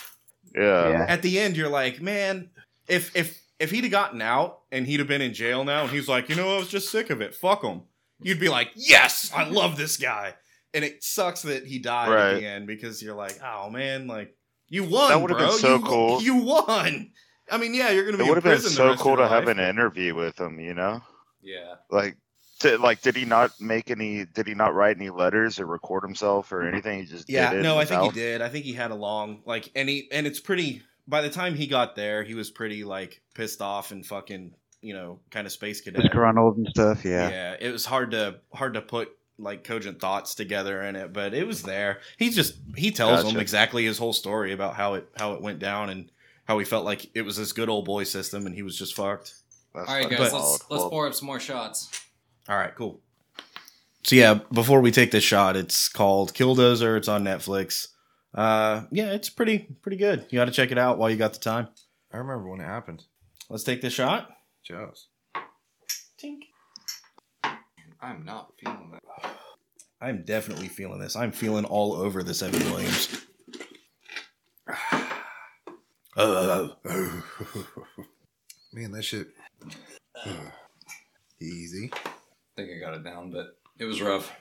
A: that.
E: Yeah.
C: Yeah.
D: at the end you're like man if if if he'd have gotten out and he'd have been in jail now and he's like you know i was just sick of it fuck him you'd be like yes i love this guy and it sucks that he died at
E: Right.
D: the end because you're like, oh man, like you won.
E: That would've
D: bro.
E: been so
D: You-
E: cool.
D: You won. I mean, yeah, you're gonna
E: It
D: be. in
E: would have been
D: prison the
E: so
D: rest of
E: cool
D: your
E: to have
D: life.
E: an interview with him, you know?
A: Yeah.
E: Like, di- like, did he not make any? Did he not write any letters or record himself or anything? He just
D: Mm-hmm. Yeah,
E: did it
D: no, I think he
E: himself?
D: did. I think he had a long like, and he and it's pretty. By the time he got there, he was pretty like pissed off and fucking, you know, kind of space cadet.
C: Disgruntled and stuff. Yeah.
D: it was hard to hard to put like cogent thoughts together in it, but it was there. He just he tells
E: Gotcha.
D: them exactly his whole story about how it how it went down and how he felt like it was this good old boy system and he was just fucked.
E: That's
A: All right,
E: fucking
A: guys.
E: wild.
A: Let's let's
E: Well,
A: pour up some more shots.
D: All right, cool. So yeah, before we take this shot, it's called Killdozer. It's on Netflix. Uh, yeah, it's pretty pretty good. You got to check it out while you got the time.
B: I remember when it happened.
D: Let's take this shot.
B: Joe's.
D: Tink.
A: I'm not feeling that.
D: I'm definitely feeling this. I'm feeling all over this Evan Williams. Uh,
B: Man, that shit. Easy.
A: I think I got it down, but it was rough.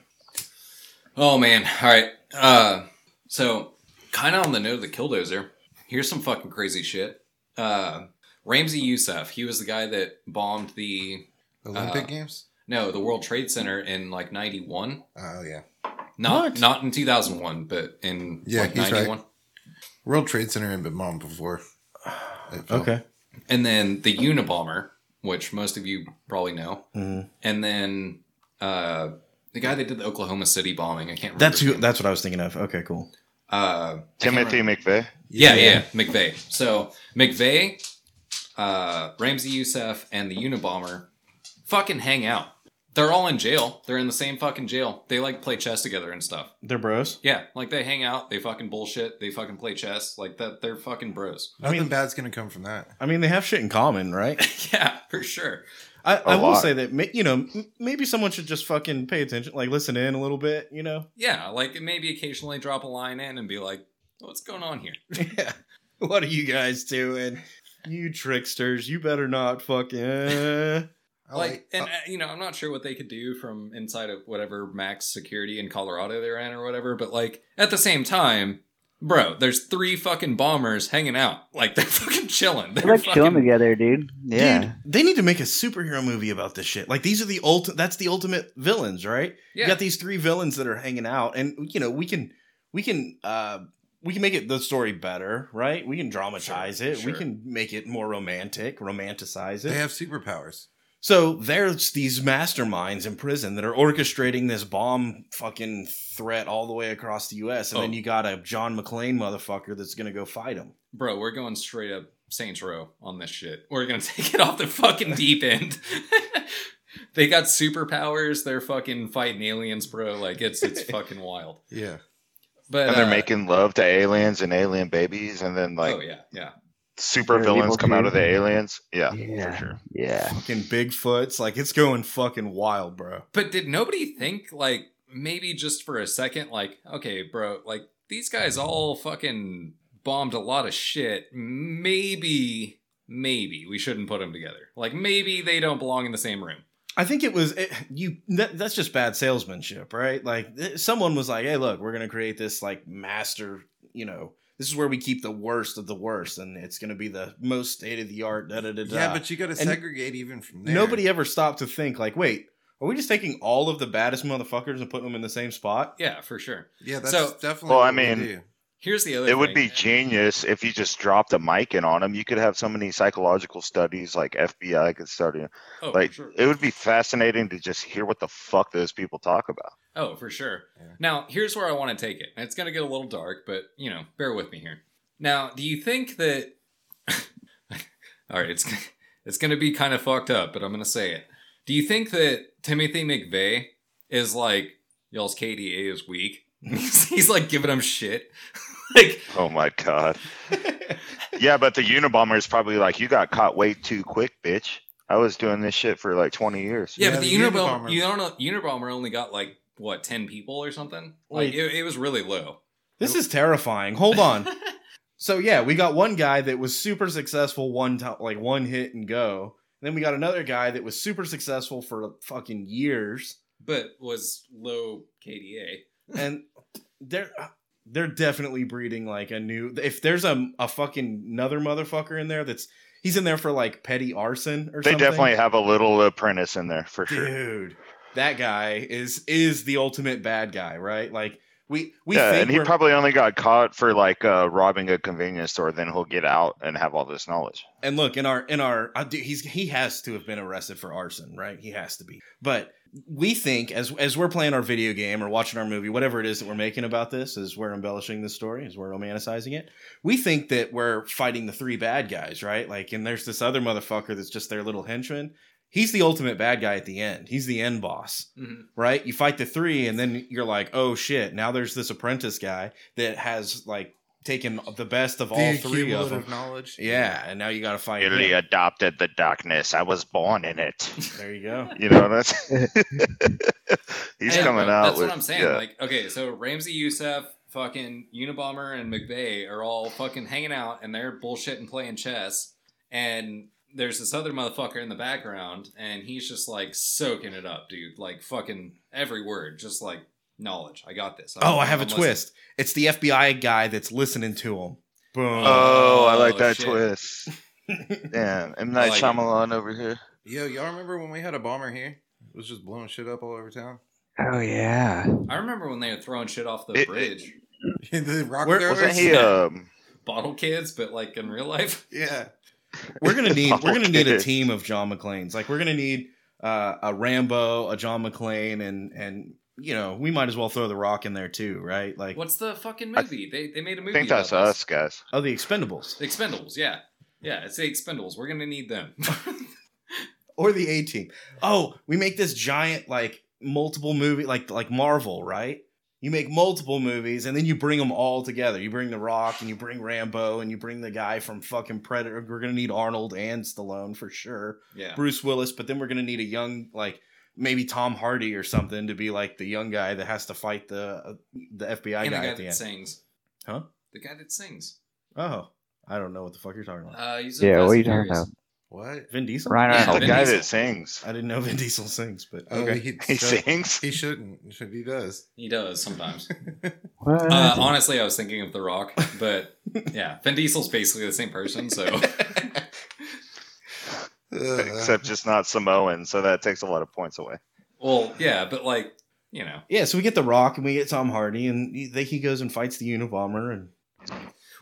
A: Oh man. All right. Uh, so kind of on the note of the killdozer, here's some fucking crazy shit. Uh, Ramsey Youssef, he was the guy that bombed the
B: Olympic
A: Uh,
B: Games?
A: no, the World Trade Center in like 91.
B: Oh, yeah.
A: Not
D: What?
A: not in 2001, but in
B: Yeah,
A: like,
B: he's right.
A: 91.
B: World Trade Center had been bombed before. It fell.
D: okay.
A: And then the Unabomber, which most of you probably know.
D: Mhm.
A: And then uh, the guy that did the Oklahoma City bombing, I can't remember.
D: That's
A: his
D: who.
A: name.
D: That's what I was thinking of. Okay, cool.
A: uh, I can't remember-
E: Timothy McVeigh.
A: Yeah, yeah, McVeigh. So McVeigh, uh, Ramsey Youssef, and the Unabomber fucking hang out. They're all in jail. They're in the same fucking jail. They like play chess together and stuff.
D: They're bros.
A: Yeah, like they hang out. They fucking bullshit. They fucking play chess. Like that. They're fucking bros.
B: Nothing
D: I mean-
B: bad's going to come from that.
D: I mean, they have shit in common, right?
A: yeah, for sure.
D: I, I will
E: lot.
D: say that ma- you know m- maybe someone should just fucking pay attention, like listen in a little bit, you know.
A: Yeah, like maybe occasionally drop a line in and be like, "What's going on here?"
D: Yeah. What are you guys doing? You tricksters! You better not fucking.
B: I
A: like, and
B: uh,
A: uh, you know, I'm not sure what they could do from inside of whatever max security in Colorado they're in or whatever, but like at the same time, bro, there's three fucking bombers hanging out, like they're fucking chilling. They're
C: They're like chilling
A: fucking-
C: together, dude. Yeah.
D: Dude, they need to make a superhero movie about this shit. Like these are the ulti- That's the ultimate villains, right?
A: Yeah,
D: You got these three villains that are hanging out, and you know we can we can uh we can make it the story better, right? We can dramatize
A: Sure,
D: it.
A: sure.
D: We can make it more romantic, romanticize it.
B: they have superpowers.
D: So there's these masterminds in prison that are orchestrating this bomb fucking threat all the way across the U.S. And then
A: Oh.
D: you got a John McClane motherfucker that's gonna go fight him.
A: bro, we're going straight up Saints Row on this shit. We're gonna take it off the fucking deep end. they got superpowers. They're fucking fighting aliens, bro. Like it's it's fucking wild.
B: Yeah.
A: But
E: And they're
A: uh,
E: making love to aliens and alien babies, and then like
A: oh yeah, yeah.
E: super
C: They're
E: villains
C: evil
E: come out of the
C: too.
E: aliens. Yeah,
C: Yeah.
E: for sure.
C: Yeah.
D: Fucking Bigfoot's like it's going fucking wild, bro.
A: But did nobody think, like, maybe just for a second, like, okay, bro, like, these guys all fucking bombed a lot of shit. Maybe, maybe we shouldn't put them together. Like, maybe they don't belong in the same room.
D: I think it was it, you. That, that's just bad salesmanship, right? Like th- someone was like, "Hey, look, we're gonna create this like master. You know, this is where we keep the worst of the worst, and it's gonna be the most state of the art." Da da da da.
B: Yeah, but you got to
D: And
B: segregate even from there.
D: Nobody e- ever stopped to think, like, wait, are we just taking all of the baddest motherfuckers and putting them in the same spot?
A: Yeah, for sure.
B: Yeah, that's
A: So-
B: definitely.
E: Well, I
B: what we
E: mean-
B: do.
A: Here's the other
E: It would
A: thing.
E: be genius if you just dropped a mic in on them. You could have so many psychological studies, like FBI could study.
A: oh,
E: like
A: for sure.
E: it would be fascinating to just hear what the fuck those people talk about.
A: Oh, for sure.
B: Yeah.
A: Now, here's where I want to take it. And It's going to get a little dark, but, you know, bear with me here. Now, do you think that All right, it's it's going to be kind of fucked up, but I'm going to say it. Do you think that Timothy McVeigh is like y'all's KDA is weak? He's like giving him shit. like
E: Oh my god. yeah, but the Unabomber is probably like, you got caught way too quick, bitch. I was doing this shit for like 20 years.
A: yeah,
B: Yeah,
A: but the,
B: the
A: Unabomber,
B: Unabomber-
A: you don't know, Unabomber only got like what 10 people or something? Like
D: Wait.
A: it, it was really low.
D: This is terrifying. Hold on. so yeah, we got one guy that was super successful one time, like one hit and go. Then we got another guy that was super successful for fucking years.
A: But was low KDA.
D: and they're uh, they're definitely breeding like a new. If there's a a fucking another motherfucker in there that's he's in there for like petty arson or
E: They
D: something.
E: definitely have a little apprentice in there for sure.
D: dude. That guy is is the ultimate bad guy, right? Like we we
E: yeah,
D: think
E: and he
D: we're-
E: probably only got caught for like uh, robbing a convenience store. Then he'll get out and have all this knowledge.
D: and look in our in our uh, dude, he's he has to have been arrested for arson right he has to be but we think as as we're playing our video game or watching our movie whatever it is that we're making about this as we're embellishing this story as we're romanticizing it we think that we're fighting the three bad guys right like and there's this other motherfucker that's just their little henchman he's the ultimate bad guy at the end he's the end boss
A: Mhm.
D: right? You fight the three, and then you're like, oh shit! Now there's this apprentice guy that has like taken the best of all
B: the
D: three of them.
B: cumulative knowledge.
D: Oh, Yeah, and now you got to fight. him.
E: Really adopted the darkness. I was born in it.
D: There you go.
E: You know that's he's
A: Yeah,
E: coming
A: but
E: out.
A: That's
E: with,
A: what I'm saying.
E: yeah.
A: Like, okay, so Ramsey Youssef, fucking Unabomber, and McVeigh are all fucking hanging out and they're bullshitting playing chess. And there's this other motherfucker in the background, and he's just like soaking it up, dude. Like fucking every word, just like knowledge. I got this.
D: Oh, I have a
A: I'm listening.
D: twist. It's the FBI guy that's listening to him. Boom.
E: oh, I like
A: Oh,
E: that
A: shit.
E: twist. Damn, M
A: I
E: Night
A: like it.
E: Shyamalan over here.
B: Yo, y'all remember when we had a bomber here? It was just blowing shit up all over town.
C: Oh yeah.
A: I remember when they were throwing shit off the
E: It-
A: bridge,
B: the rock
D: Where-
B: throwers?
E: Wasn't he? Um,
A: bottle kids, but like in real life.
B: Yeah.
D: we're gonna need we're gonna need a
E: Okay.
D: team of John McClanes. Like we're gonna need uh, a Rambo, a John McClane, and and you know we might as well throw the Rock in there too, right? Like
A: What's the fucking
E: I-
A: movie? they they made a
E: I
A: movie.
E: think
A: about
E: that's
A: this.
E: us, guys.
D: oh the Expendables
A: The Expendables, yeah. Yeah, it's the Expendables. We're gonna need them.
D: or the A Team. Oh, we make this giant like multiple movie like like Marvel, right? You make multiple movies and then you bring them all together. You bring The Rock and you bring Rambo and you bring the guy from fucking Predator. We're gonna need Arnold and Stallone for sure.
A: yeah.
D: Bruce Willis, but then we're gonna need a young like maybe Tom Hardy or something to be like the young guy that has to fight the uh, the FBI
A: and the
D: guy
A: guy
D: at
A: that
D: the end.
A: sings.
D: Huh?
A: The guy that sings.
D: Oh, I don't know what the fuck you're talking about.
A: Uh, he's in
C: Yeah.
A: Fast
C: What are you
A: and
C: talking
A: Furious.
C: about?
B: What?
D: Vin Diesel.
C: Ryan
A: Yeah,
E: Oh,
C: Reynolds.
E: the
A: Vin
E: guy
A: Diesel.
E: that sings.
D: I didn't know Vin Diesel sings, but
B: Oh,
D: okay.
B: he,
E: He
B: so-
E: sings.
B: He shouldn't. Should he does?
A: He does sometimes.
C: What?
A: uh, honestly, I was thinking of The Rock, but yeah, Vin Diesel's basically the same person, so
B: Ugh.
E: Except just not Samoan, so that takes a lot of points away.
A: well, yeah, but like, you know.
D: Yeah, so we get The Rock and we get Tom Hardy, and he, they, he goes and fights the Unabomber and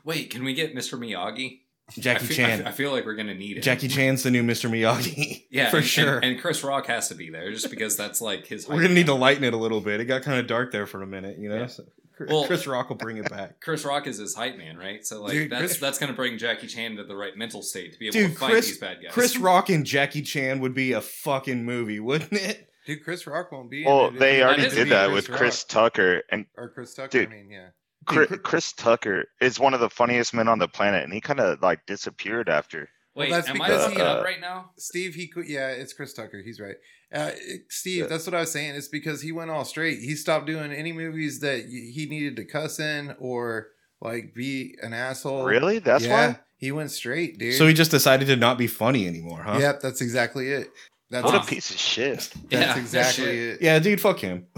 A: Wait, can we get Mr. Miyagi? I
D: Jackie
A: feel, I
D: Chan.
A: feel- I feel like we're gonna need it.
D: Jackie Chan's the new Mr. Miyagi.
A: yeah,
D: for
A: and- and-
D: sure.
A: And, Chris Rock has to be there just because that's like his.
D: We're
A: hype
D: gonna need to
A: man.
D: lighten it a little bit. It got kind of dark there for a minute, you know.
A: Yeah.
D: So Chris,
A: Well-
D: Chris Rock will bring it back.
A: Chris Rock is his hype man, right? So like
B: Dude,
A: that's
B: Chris-
A: that's gonna bring Jackie Chan to the right mental state to be able
D: Dude,
A: to fight
D: Chris-
A: these bad guys.
D: Chris Rock and Jackie Chan would be a fucking movie, wouldn't it?
B: Dude, Chris Rock won't be. in
E: Well,
B: it.
E: they
B: It
E: already
B: needs to
E: did
B: be
E: that with Chris
B: Rock.
E: Tucker, and
B: or Chris Tucker.
E: Dude.
B: I mean, yeah.
E: Chris, Chris Tucker is one of the funniest men on the planet, and he kind of like disappeared after.
A: Wait,
B: Well, that's
A: am I
B: because,
A: looking it
E: uh,
A: up right now?
B: Steve, he could. Yeah, it's Chris Tucker. He's right. Uh, it- Steve,
E: Yeah.
B: that's what I was saying. It's because he went all straight. He stopped doing any movies that y- he needed to cuss in or like be an asshole.
E: Really? That's
B: yeah,
E: why.
B: he went straight, dude.
D: So he just decided to not be funny anymore, huh?
B: Yep, that's exactly it. That's
E: What
A: Huh.
E: a piece of shit.
A: Yeah,
B: That's
A: that
B: exactly
A: shit.
B: it.
D: Yeah, dude, fuck him.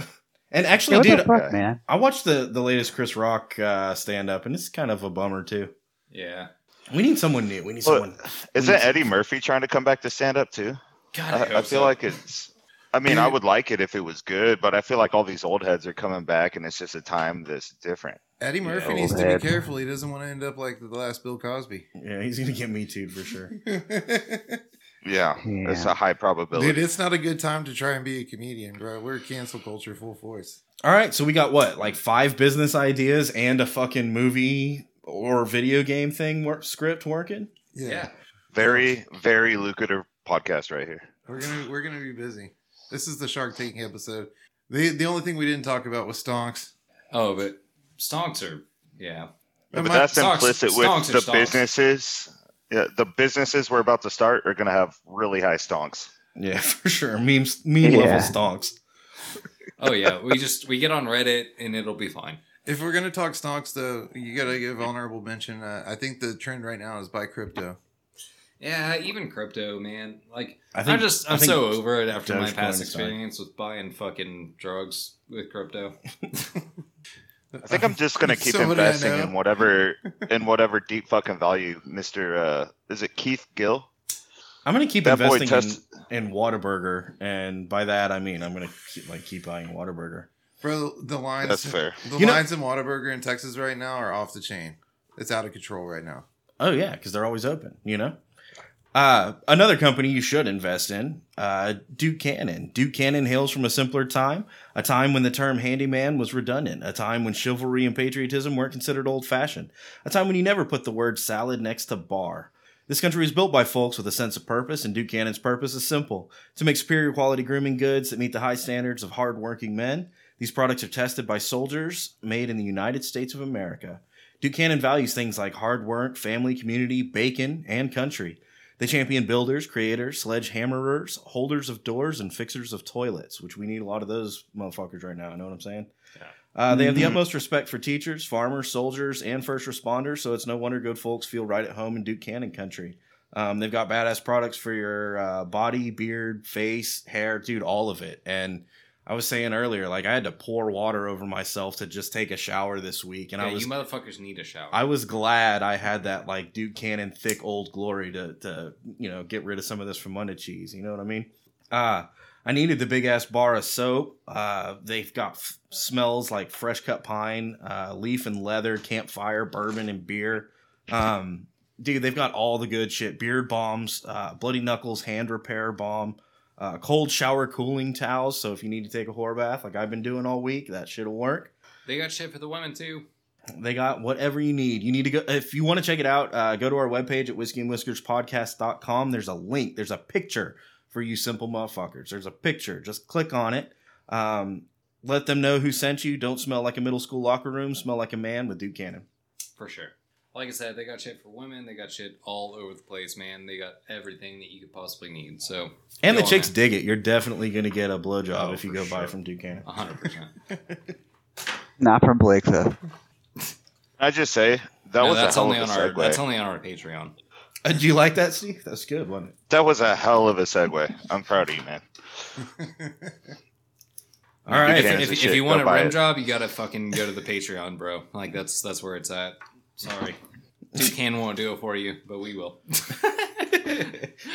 D: And actually,
C: what
D: dude,
C: the fuck, man?
D: I watched the the latest Chris Rock uh, stand up, and it's kind of a bummer too.
A: Yeah.
D: We need someone new. We need
E: Well,
D: someone.
E: Isn't Eddie Murphy trying to come back to stand up too?
A: God,
E: I, I
A: hope
E: feel
A: so.
E: like it's. I mean, I
B: Dude.
E: would like it if it was good, but I feel like all these old heads are coming back, and it's just a time that's different.
B: Eddie Murphy
E: Yeah.
B: needs
C: Old
B: to
C: head.
B: be careful. He doesn't want to end up like the last Bill Cosby.
D: Yeah, he's gonna get me too for sure.
B: Dude,
E: Yeah, it's a high probability.
B: it's not a good time to try and be a comedian, bro. We're cancel culture full force.
D: All right, so we got what, like five business ideas and a fucking movie or video game thing work, script working.
B: Yeah,
A: yeah.
E: Very, very lucrative podcast right here.
B: we're gonna we're gonna be busy. This is the Shark Tank episode. The the only thing we didn't talk about was stonks.
A: Oh, but stonks are yeah.
E: But
B: Am I-
E: that's
A: stocks-
E: implicit
A: stocks
E: with
A: are
E: the
A: stocks.
E: businesses. Yeah, the businesses we're about to start are going to have really high stonks.
D: Yeah, for sure. Memes, meme
C: Yeah.
D: level stonks.
A: Oh yeah. We just we get on Reddit and it'll be fine.
B: If we're gonna talk stonks, though, you gotta give honorable mention. Uh, I think the trend right now is buy crypto.
A: Yeah, even crypto, man. Like
D: I
A: I'm just
D: I
A: I'm
D: think
A: so over it after my
D: Dogecoin
A: past
D: is fine.
A: experience with buying fucking drugs with crypto.
E: I think I'm just gonna keep
B: Somebody I
E: investing
B: know.
E: in whatever in whatever deep fucking value Mr. Uh, is it Keith Gill?
D: I'm gonna keep
E: That boy
D: investing
E: test
D: in, in Whataburger, and by that I mean I'm gonna keep, like keep buying Whataburger.
B: Bro, the lines
E: that's fair.
B: the
D: You know-
B: lines in Whataburger in Texas right now are off the chain. It's out of control right now.
D: Oh yeah, because they're always open. You know. Uh, another company you should invest in, uh, Duke Cannon. Duke Cannon hails from a simpler time, a time when the term handyman was redundant, a time when chivalry and patriotism weren't considered old fashioned, a time when you never put the word salad next to bar. This country was built by folks with a sense of purpose, and Duke Cannon's purpose is simple to make superior quality grooming goods that meet the high standards of hardworking men. These products are tested by soldiers made in the United States of America. Duke Cannon values things like hard work, family, community, bacon, and country. They champion builders, creators, sledgehammerers, holders of doors, and fixers of toilets, which we need a lot of those motherfuckers right now. You know what I'm saying?
A: Yeah. Mm-hmm.
D: Uh, they have the
E: Mhm.
D: utmost respect for teachers, farmers, soldiers, and first responders, so it's no wonder good folks feel right at home in Duke Cannon country. Um, they've got badass products for your uh, body, beard, face, hair, dude, all of it. And I was saying earlier, like I had to pour water over myself to just take a shower this week, and
A: yeah,
D: I was
A: you motherfuckers need a shower.
D: I was glad I had that like Duke Cannon thick old glory to to you know get rid of some of this Fremunda cheese. You know what I mean? Uh I needed the big ass bar of soap. Uh, they've got f- smells like fresh cut pine, uh, leaf and leather, campfire, bourbon and beer. Um, dude, they've got all the good shit: beard bombs, uh, bloody knuckles, hand repair bomb, uh, cold shower cooling towels. So if you need to take a whore bath, like I've been doing all week, that shit'll work
A: they got shit for the women too.
D: they got whatever you need you need to go if you want to check it out uh, go to our webpage at whiskey and whiskers podcast.com there's a link there's a picture for you simple motherfuckers there's a picture just click on it um, let them know who sent you don't smell like a middle school locker room smell like a man with duke cannon
A: for sure. Like I said, they got shit for women. They got shit all over the place, man. They got everything that you could possibly need. So,
D: and
A: Go
D: the
A: on,
D: chicks
A: man.
D: dig it you're definitely going to get a blowjob
E: Oh,
D: if you
E: for
D: go buy
E: sure.
D: from duke cannon
A: 100%.
C: Not from Blake though.
E: I just say that
A: No,
E: was a
A: that's
E: hell
A: only
E: of
A: on
E: a
A: our
E: segue.
A: that's only on our Patreon.
D: uh, do you like that steve that's good wasn't it
E: That was a hell of a segue. I'm proud of you, man.
D: all right
E: Duke
A: If,
E: Cannon. As a
A: if
E: shit,
A: you want a
E: go buy
A: rim
E: it.
A: job, you gotta fucking go to the Patreon, bro. Like that's that's where it's at. Sorry, Duke Can won't do it for you, but we will.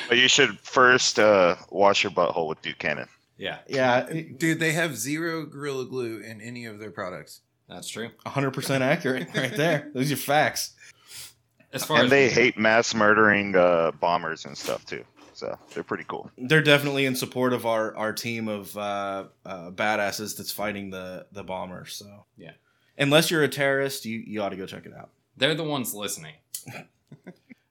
E: But you should first uh, wash your butthole with Duke Cannon.
A: yeah,
D: yeah
B: Dude, they have zero Gorilla Glue in any of their products.
A: that's true.
D: 100% accurate right there those are facts
A: As far
E: And
A: as
E: they hate mass murdering uh, bombers and stuff too. So they're pretty cool.
D: they're definitely in support of our our team of uh, uh, badasses that's fighting the the bomber. So
A: Yeah.
D: unless you're a terrorist, you you ought to go check it out.
A: they're the ones listening.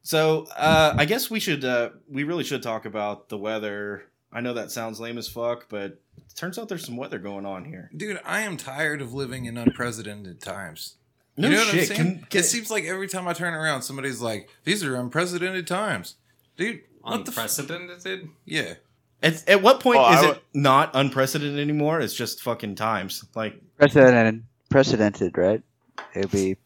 D: So uh, I guess we should uh, we really should talk about the weather. I know that sounds lame as fuck, but it turns out there's some weather going on here.
B: Dude, I am tired of living in unprecedented times.
D: No
B: you know
D: shit.
B: what I'm saying?
D: can, can,
B: it seems like every time I turn around, somebody's like, "These are unprecedented times, dude." What the? F-
A: Unprecedented.
B: yeah,
D: at, at what point
E: Oh, I
D: is
E: w-
D: it not unprecedented anymore? It's just fucking times. Like
C: Precedented, precedented, right? It would be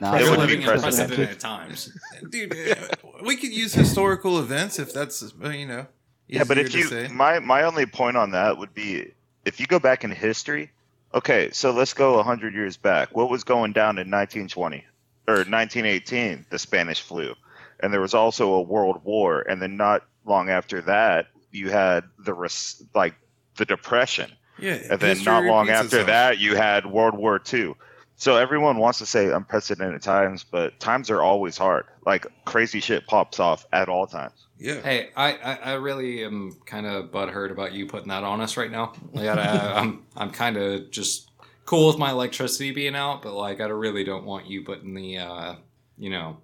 C: not
E: It
A: You're
E: would be
A: living in
E: unprecedented.
A: unprecedented times.
B: dude. uh, we could use historical events if that's uh, you know.
E: Yeah, but
B: easier
E: if
B: to
E: you
B: say.
E: my my only point on that would be if you go back in history. Okay, so let's go hundred years back. What was going down in 1920 or 1918? The Spanish flu, and there was also a World War, and then not long after that, you had the res- like the Depression,
B: yeah,
E: and then
B: history
E: not long
B: repeats
E: after
B: itself.
E: that, you had World War II. So everyone wants to say unprecedented times, but times are always hard. Like crazy shit pops off at all times.
B: yeah.
A: Hey, I, I, I really am kind of butthurt about you putting that on us right now. Like, I, I'm I'm kind of just cool with my electricity being out, but like I really don't want you putting the uh, you know.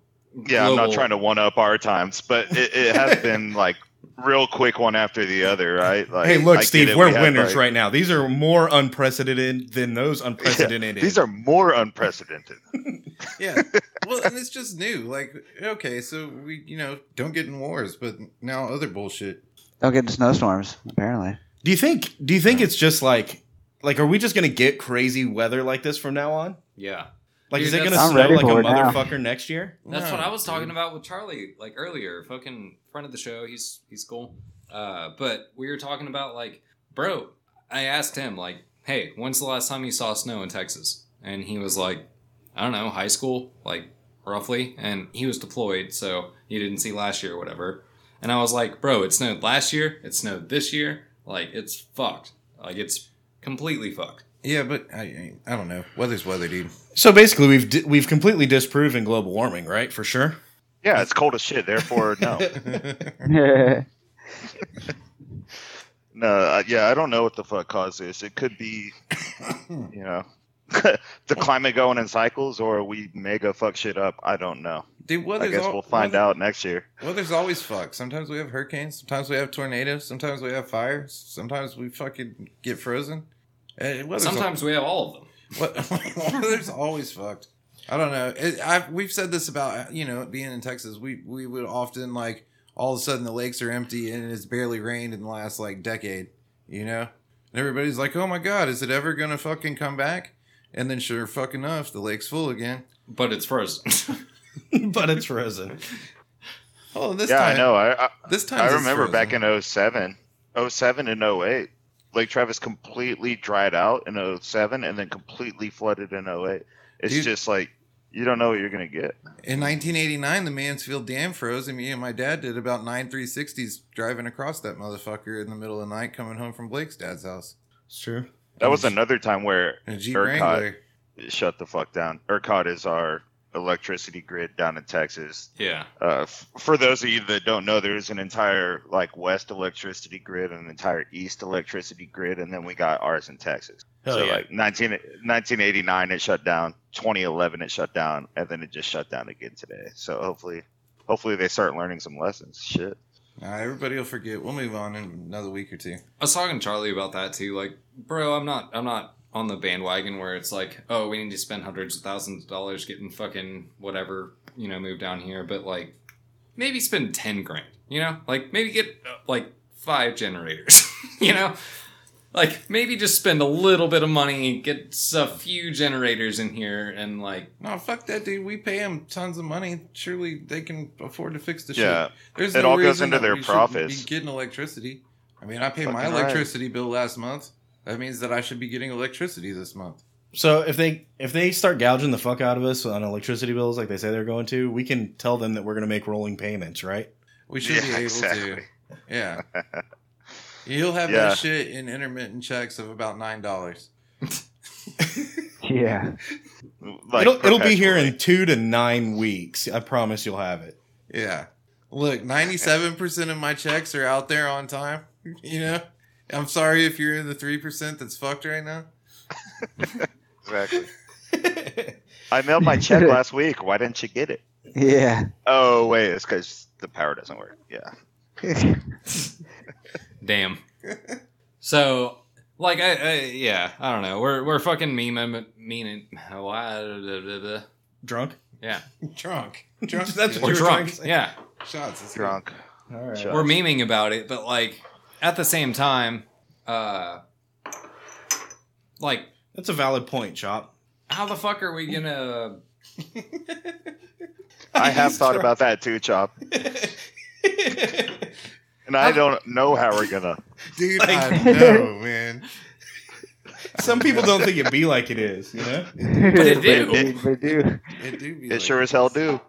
E: Yeah, I'm not
A: global-
E: trying to one up our times, but it, it has been like real quick one after the other, right? Like,
D: hey,
E: I
D: look,
E: get
D: Steve,
E: it,
D: we're
E: we had,
D: winners
E: like-
D: right now. These are more unprecedented than those unprecedented.
E: These are more unprecedented.
B: yeah. Well, and it's just new. Like, okay, so we, you know, don't get in wars, but now other bullshit.
C: Don't get into snowstorms. Apparently,
D: Do you think? Do you think it's just like, like, are we just gonna get crazy weather like this from now on?
A: Yeah,
D: Like,
A: Dude,
D: is it gonna
A: that's-
C: I'm
D: snow
C: ready
D: like a
C: for it now.
D: motherfucker next year?
A: That's
B: No,
A: what I was talking
B: dude.
A: about with Charlie like earlier. Fucking friend of the show, he's he's cool. Uh, but we were talking about like, bro. I asked him like, hey, when's the last time you saw snow in Texas? And he was like, I don't know, high school, like roughly. And he was deployed, so he didn't see last year or whatever. And I was like, bro, it snowed last year. It snowed this year. Like it's fucked. Like it's completely fucked.
B: Yeah, but I I don't know. Weather's weather, dude.
D: So basically, we've di- we've completely disproven global warming, right? For sure.
E: Yeah, it's cold as shit. Therefore, no. No, I, yeah, I don't know what the fuck caused this. It could be,
D: Hmm.
E: you know, the climate going in cycles, or we may go fuck shit up. I don't know.
B: Dude,
E: I
B: weather's
E: guess
B: al-
E: we'll find
B: weather-
E: out next year.
B: Weather's always fucked. Sometimes we have hurricanes. Sometimes we have tornadoes. Sometimes we have fires. Sometimes we fucking get frozen. Eh, weather's al-
A: Sometimes we have all of them.
B: What- Weather's always fucked. I don't know. It, I've, we've said this about you know being in Texas. We we would often like all of a sudden the lakes are empty and it's barely rained in the last like decade. You know, and everybody's like, "Oh my god, is it ever gonna fucking come back?" And then sure fucking enough, the lake's full again.
A: But it's frozen.
D: but it's frozen.
B: Oh, this
E: yeah,
B: time
E: I know. I I,
B: This time
E: I remember back in 07, 07 and 08, Lake Travis completely dried out in 07 and then completely flooded in 08. It's
B: Dude.
E: just like you don't know what you're gonna get.
B: In 1989, the Mansfield Dam froze, and me and my dad did about nine 360s driving across that motherfucker in the middle of the night coming home from Blake's dad's house.
D: It's true.
E: That was
B: Nice.
E: another time where
B: In a Jeep
E: Ercot.
B: Wrangler.
E: shut the fuck down. ERCOT is our electricity grid down in Texas.
A: yeah.
E: Uh, f- for those of you that don't know, there's an entire like West electricity grid, an entire East electricity grid, and then we got ours in Texas.
D: Hell
E: so
D: yeah.
E: like 19, 1989 it shut down, 2011 it shut down, and then it just shut down again today. So hopefully, hopefully they start learning some lessons. Shit.
B: All right, everybody will forget. We'll move on in another week or two.
A: I was talking to Charlie about that too. Like, bro, I'm not, I'm not on the bandwagon where it's like, oh, we need to spend hundreds of thousands of dollars getting fucking whatever, you know, moved down here. But like, maybe spend ten grand. You know, like maybe get uh, like five generators. you know, like maybe just spend a little bit of money, get s- a few generators in here, and like,
B: No, fuck that, dude. We pay them tons of money. Surely they can afford to fix the
E: Yeah.
B: shit. There's
E: It all goes
B: reason
E: into
B: that
E: their
B: we shouldn't
E: profits.
B: Be getting electricity. I mean, I paid my
E: Fucking right.
B: electricity bill last month. That means that I should be getting electricity this month.
D: So if they if they start gouging the fuck out of us on electricity bills like they say they're going to, we can tell them that we're going to make rolling payments, right?
B: We should be able to. Yeah. You'll have
E: Yeah.
B: that shit in intermittent checks of about nine dollars.
C: yeah.
E: Like,
D: it'll it'll be here
E: perpetually.
D: in two to nine weeks. I promise you'll have it.
B: Yeah. Look, ninety-seven percent of my checks are out there on time. You know, I'm sorry if you're in the three percent that's fucked right now.
E: exactly. I mailed my check last week. Why didn't you get it?
C: Yeah.
E: Oh wait, it's because the power doesn't work. Yeah.
A: damn. so. Like I, I, yeah, I don't know. We're we're fucking memeing, oh, meaning,
D: Drunk?
A: yeah,
B: Drunk, drunk.
D: That's what
A: we're
D: you were trying
A: drunk,
D: to say.
A: yeah.
B: shots. That's good.
E: Drunk.
D: All right.
E: Sure.
A: we're memeing about it, but like at the same time, uh, like
D: That's a valid point, Chop.
A: how the fuck are we gonna?
E: I have
D: He's
E: thought
D: drunk.
E: about that too, Chop. And I don't know how we're gonna.
B: Dude, I
D: Like-
B: know, man.
D: Some people don't think it be like it is, you know?
A: They do.
C: They do.
B: It do be
E: It
B: like-
E: sure as hell do.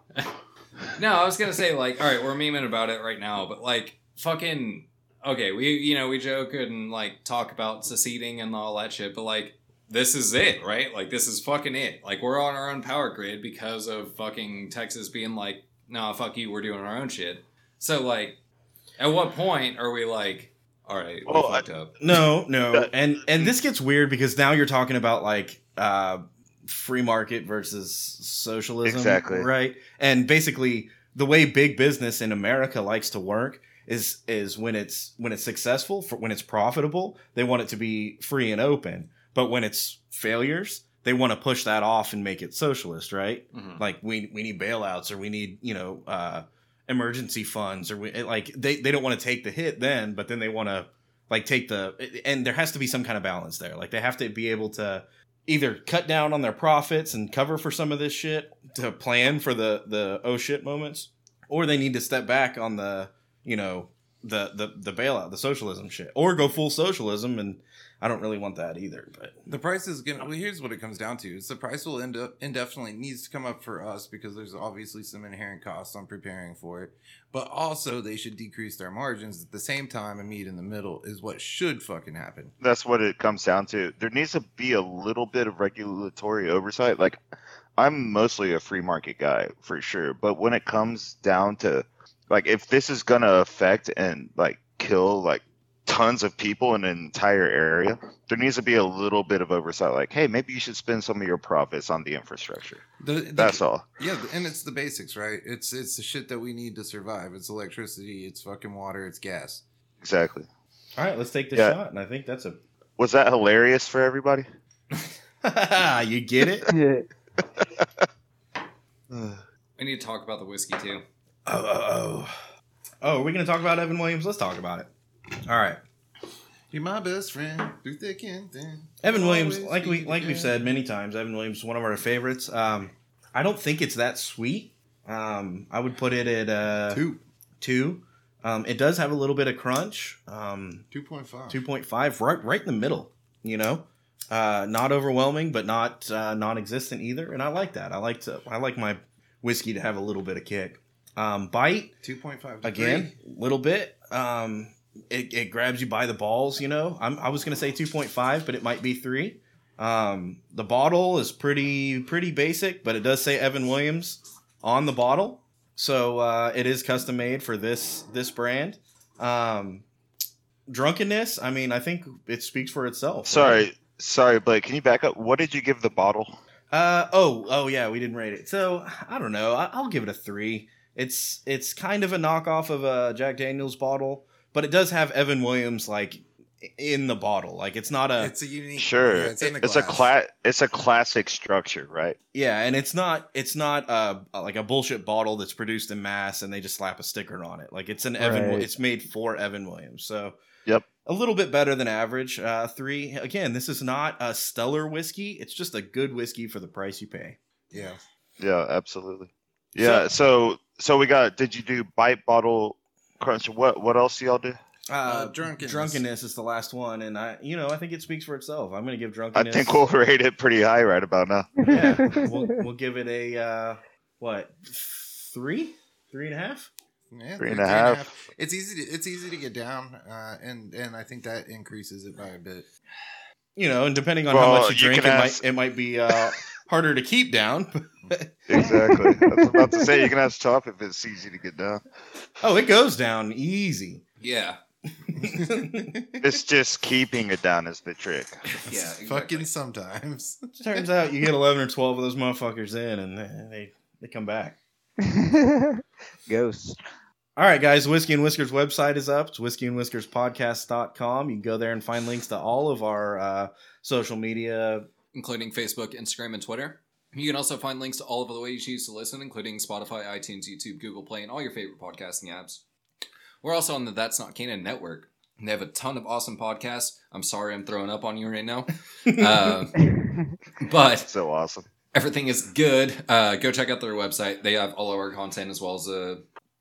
A: No, I was gonna say like, all right, we're memeing about it right now, but like, fucking okay, we you know we joke and like talk about seceding and all that shit, but like this is it, right? Like this is fucking it. Like we're on our own power grid because of fucking Texas being like, nah, fuck you, we're doing our own shit. So like, at what point are we like, all right, we
E: Well, I-
A: fucked up?
D: No, no.
E: But-
D: And and this gets weird because now you're talking about like uh free market versus socialism.
E: Exactly.
D: Right. And basically the way big business in America likes to work is is when it's when it's successful, for when it's profitable, they want it to be free and open. But when it's failures, they want to push that off and make it socialist, right?
A: Mhm.
D: like we we need bailouts or we need you know uh emergency funds or we it- like they they don't want to take the hit then but then they want to like take the and there has to be some kind of balance there like they have to be able to either cut down on their profits and cover for some of this shit to plan for the the oh shit moments, or they need to step back on the you know the the the bailout, the socialism shit, or go full socialism. And I don't really want that either. But
B: The price is gonna. Well, here's what it comes down to: is the price will end up indefinitely needs to come up for us because there's obviously some inherent costs on preparing for it, but also they should decrease their margins at the same time and meet in the middle is what should fucking happen.
E: that's what it comes down to. There needs to be a little bit of regulatory oversight. Like, I'm mostly a free market guy for sure, but when it comes down to like if this is gonna affect and like kill like tons of people in an entire area, there needs to be a little bit of oversight. Like, hey, maybe you should spend some of your profits on the infrastructure.
B: The, the-
E: That's all.
B: yeah, and it's the basics, right? It's it's the shit that we need to survive. It's electricity, it's fucking water, it's gas.
E: Exactly.
D: all right, let's take this
E: Yeah.
D: shot, and I think that's a
E: Was that hilarious for everybody?
D: you get it.
A: We need to talk about the whiskey too.
D: Oh, oh, oh. Oh, are we going to talk about Evan Williams? Let's talk about it. All right.
B: You're my best friend through thick and thin.
D: Evan Williams,
B: Always
D: like we
B: be
D: like we've
B: there.
D: said many times, Evan Williams is one of our favorites. Um, I don't think it's that sweet. Um, I would put it at uh, two.
B: Two
D: Um, it does have a little bit of crunch. Um,
B: two point five.
D: two point five, right right in the middle. You know, uh, not overwhelming, but not uh, non-existent either. And I like that. I like to. I like my whiskey to have a little bit of kick. Um, bite
B: Two point five
D: again a little bit um it, it grabs you by the balls you know I'm, i was gonna say 2.5 but it might be three um the bottle is pretty pretty basic but it does say evan williams on the bottle so uh it is custom made for this this brand um drunkenness i mean i think it speaks for itself right?
E: Sorry, sorry, Blake. Can you back up? What did you give the bottle?
D: Uh oh oh yeah, we didn't rate it. So I don't know. I, I'll give it a three. It's it's kind of a knockoff of a Jack Daniel's bottle, but it does have Evan Williams like i- in the bottle. Like it's not a
B: It's a unique.
E: Uh, Sure,
B: yeah, in
E: It-
B: the
E: it's a
B: glass.
E: cla- It's a classic structure, right?
D: yeah, and it's not it's not uh like a bullshit bottle that's produced in mass and they just slap a sticker on it. Like it's an Evan. Wi-
C: Right.
D: It's made for Evan Williams. So
E: Yep.
D: a little bit better than average. Uh, three again. This is not a stellar whiskey. It's just a good whiskey for the price you pay.
B: Yeah.
E: Yeah, absolutely. Yeah, so, so we got did you do bite bottle crunch what what else do y'all do?
B: Uh, drunkenness.
D: drunkenness is the last one, and I, you know, I think it speaks for itself. I'm gonna give
E: I
D: drunkenness.
E: think we'll rate it pretty high right about now.
D: yeah, we'll, we'll give it a uh, what three, three and a half.
B: Yeah,
E: Three and
B: three
E: a half.
B: It's easy. To, it's easy to get down, uh, and and I think that increases it by a bit.
D: You know, and depending on how
E: Well,
D: much you
E: you
D: drink,
E: can
D: it
E: ask-
D: might it might be uh, harder to keep down.
E: Exactly. I was about to say you can ask top if it's easy to get down.
D: oh, it goes down easy.
A: Yeah,
E: It's just keeping it down is the trick.
A: yeah,
B: Fucking
A: exactly.
B: sometimes.
D: Turns out you get eleven or twelve of those motherfuckers in, and they they come back.
C: Ghost.
D: All right, guys, Whiskey and Whiskers website is up. It's whiskeyandwhiskerspodcast.com. You can go there and find links to all of our uh, social media.
A: including Facebook, Instagram, and Twitter. You can also find links to all of the ways you choose to listen, including Spotify, iTunes, YouTube, Google Play, and all your favorite podcasting apps. We're also on the That's Not Canon network. They have a ton of awesome podcasts. I'm sorry I'm throwing up on you right now. Uh, but
E: So awesome.
A: everything is good. Uh, go check out their website. They have all of our content as well as a,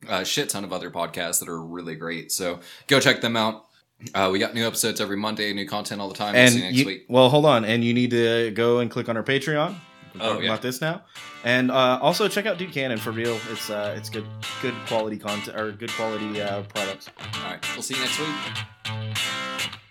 A: a shit ton of other podcasts that are really great. So go check them out. Uh, we got new episodes every Monday, new content all the time. we'll
D: and
A: see you next
D: you-
A: week.
D: well, hold on, and you need to go and click on our Patreon. We're
A: Oh,
D: talking
A: yeah.
D: about this now, and uh, also check out Dude Cannon for real. It's uh, it's good good quality content or good quality uh, products.
A: All right, we'll see you next week.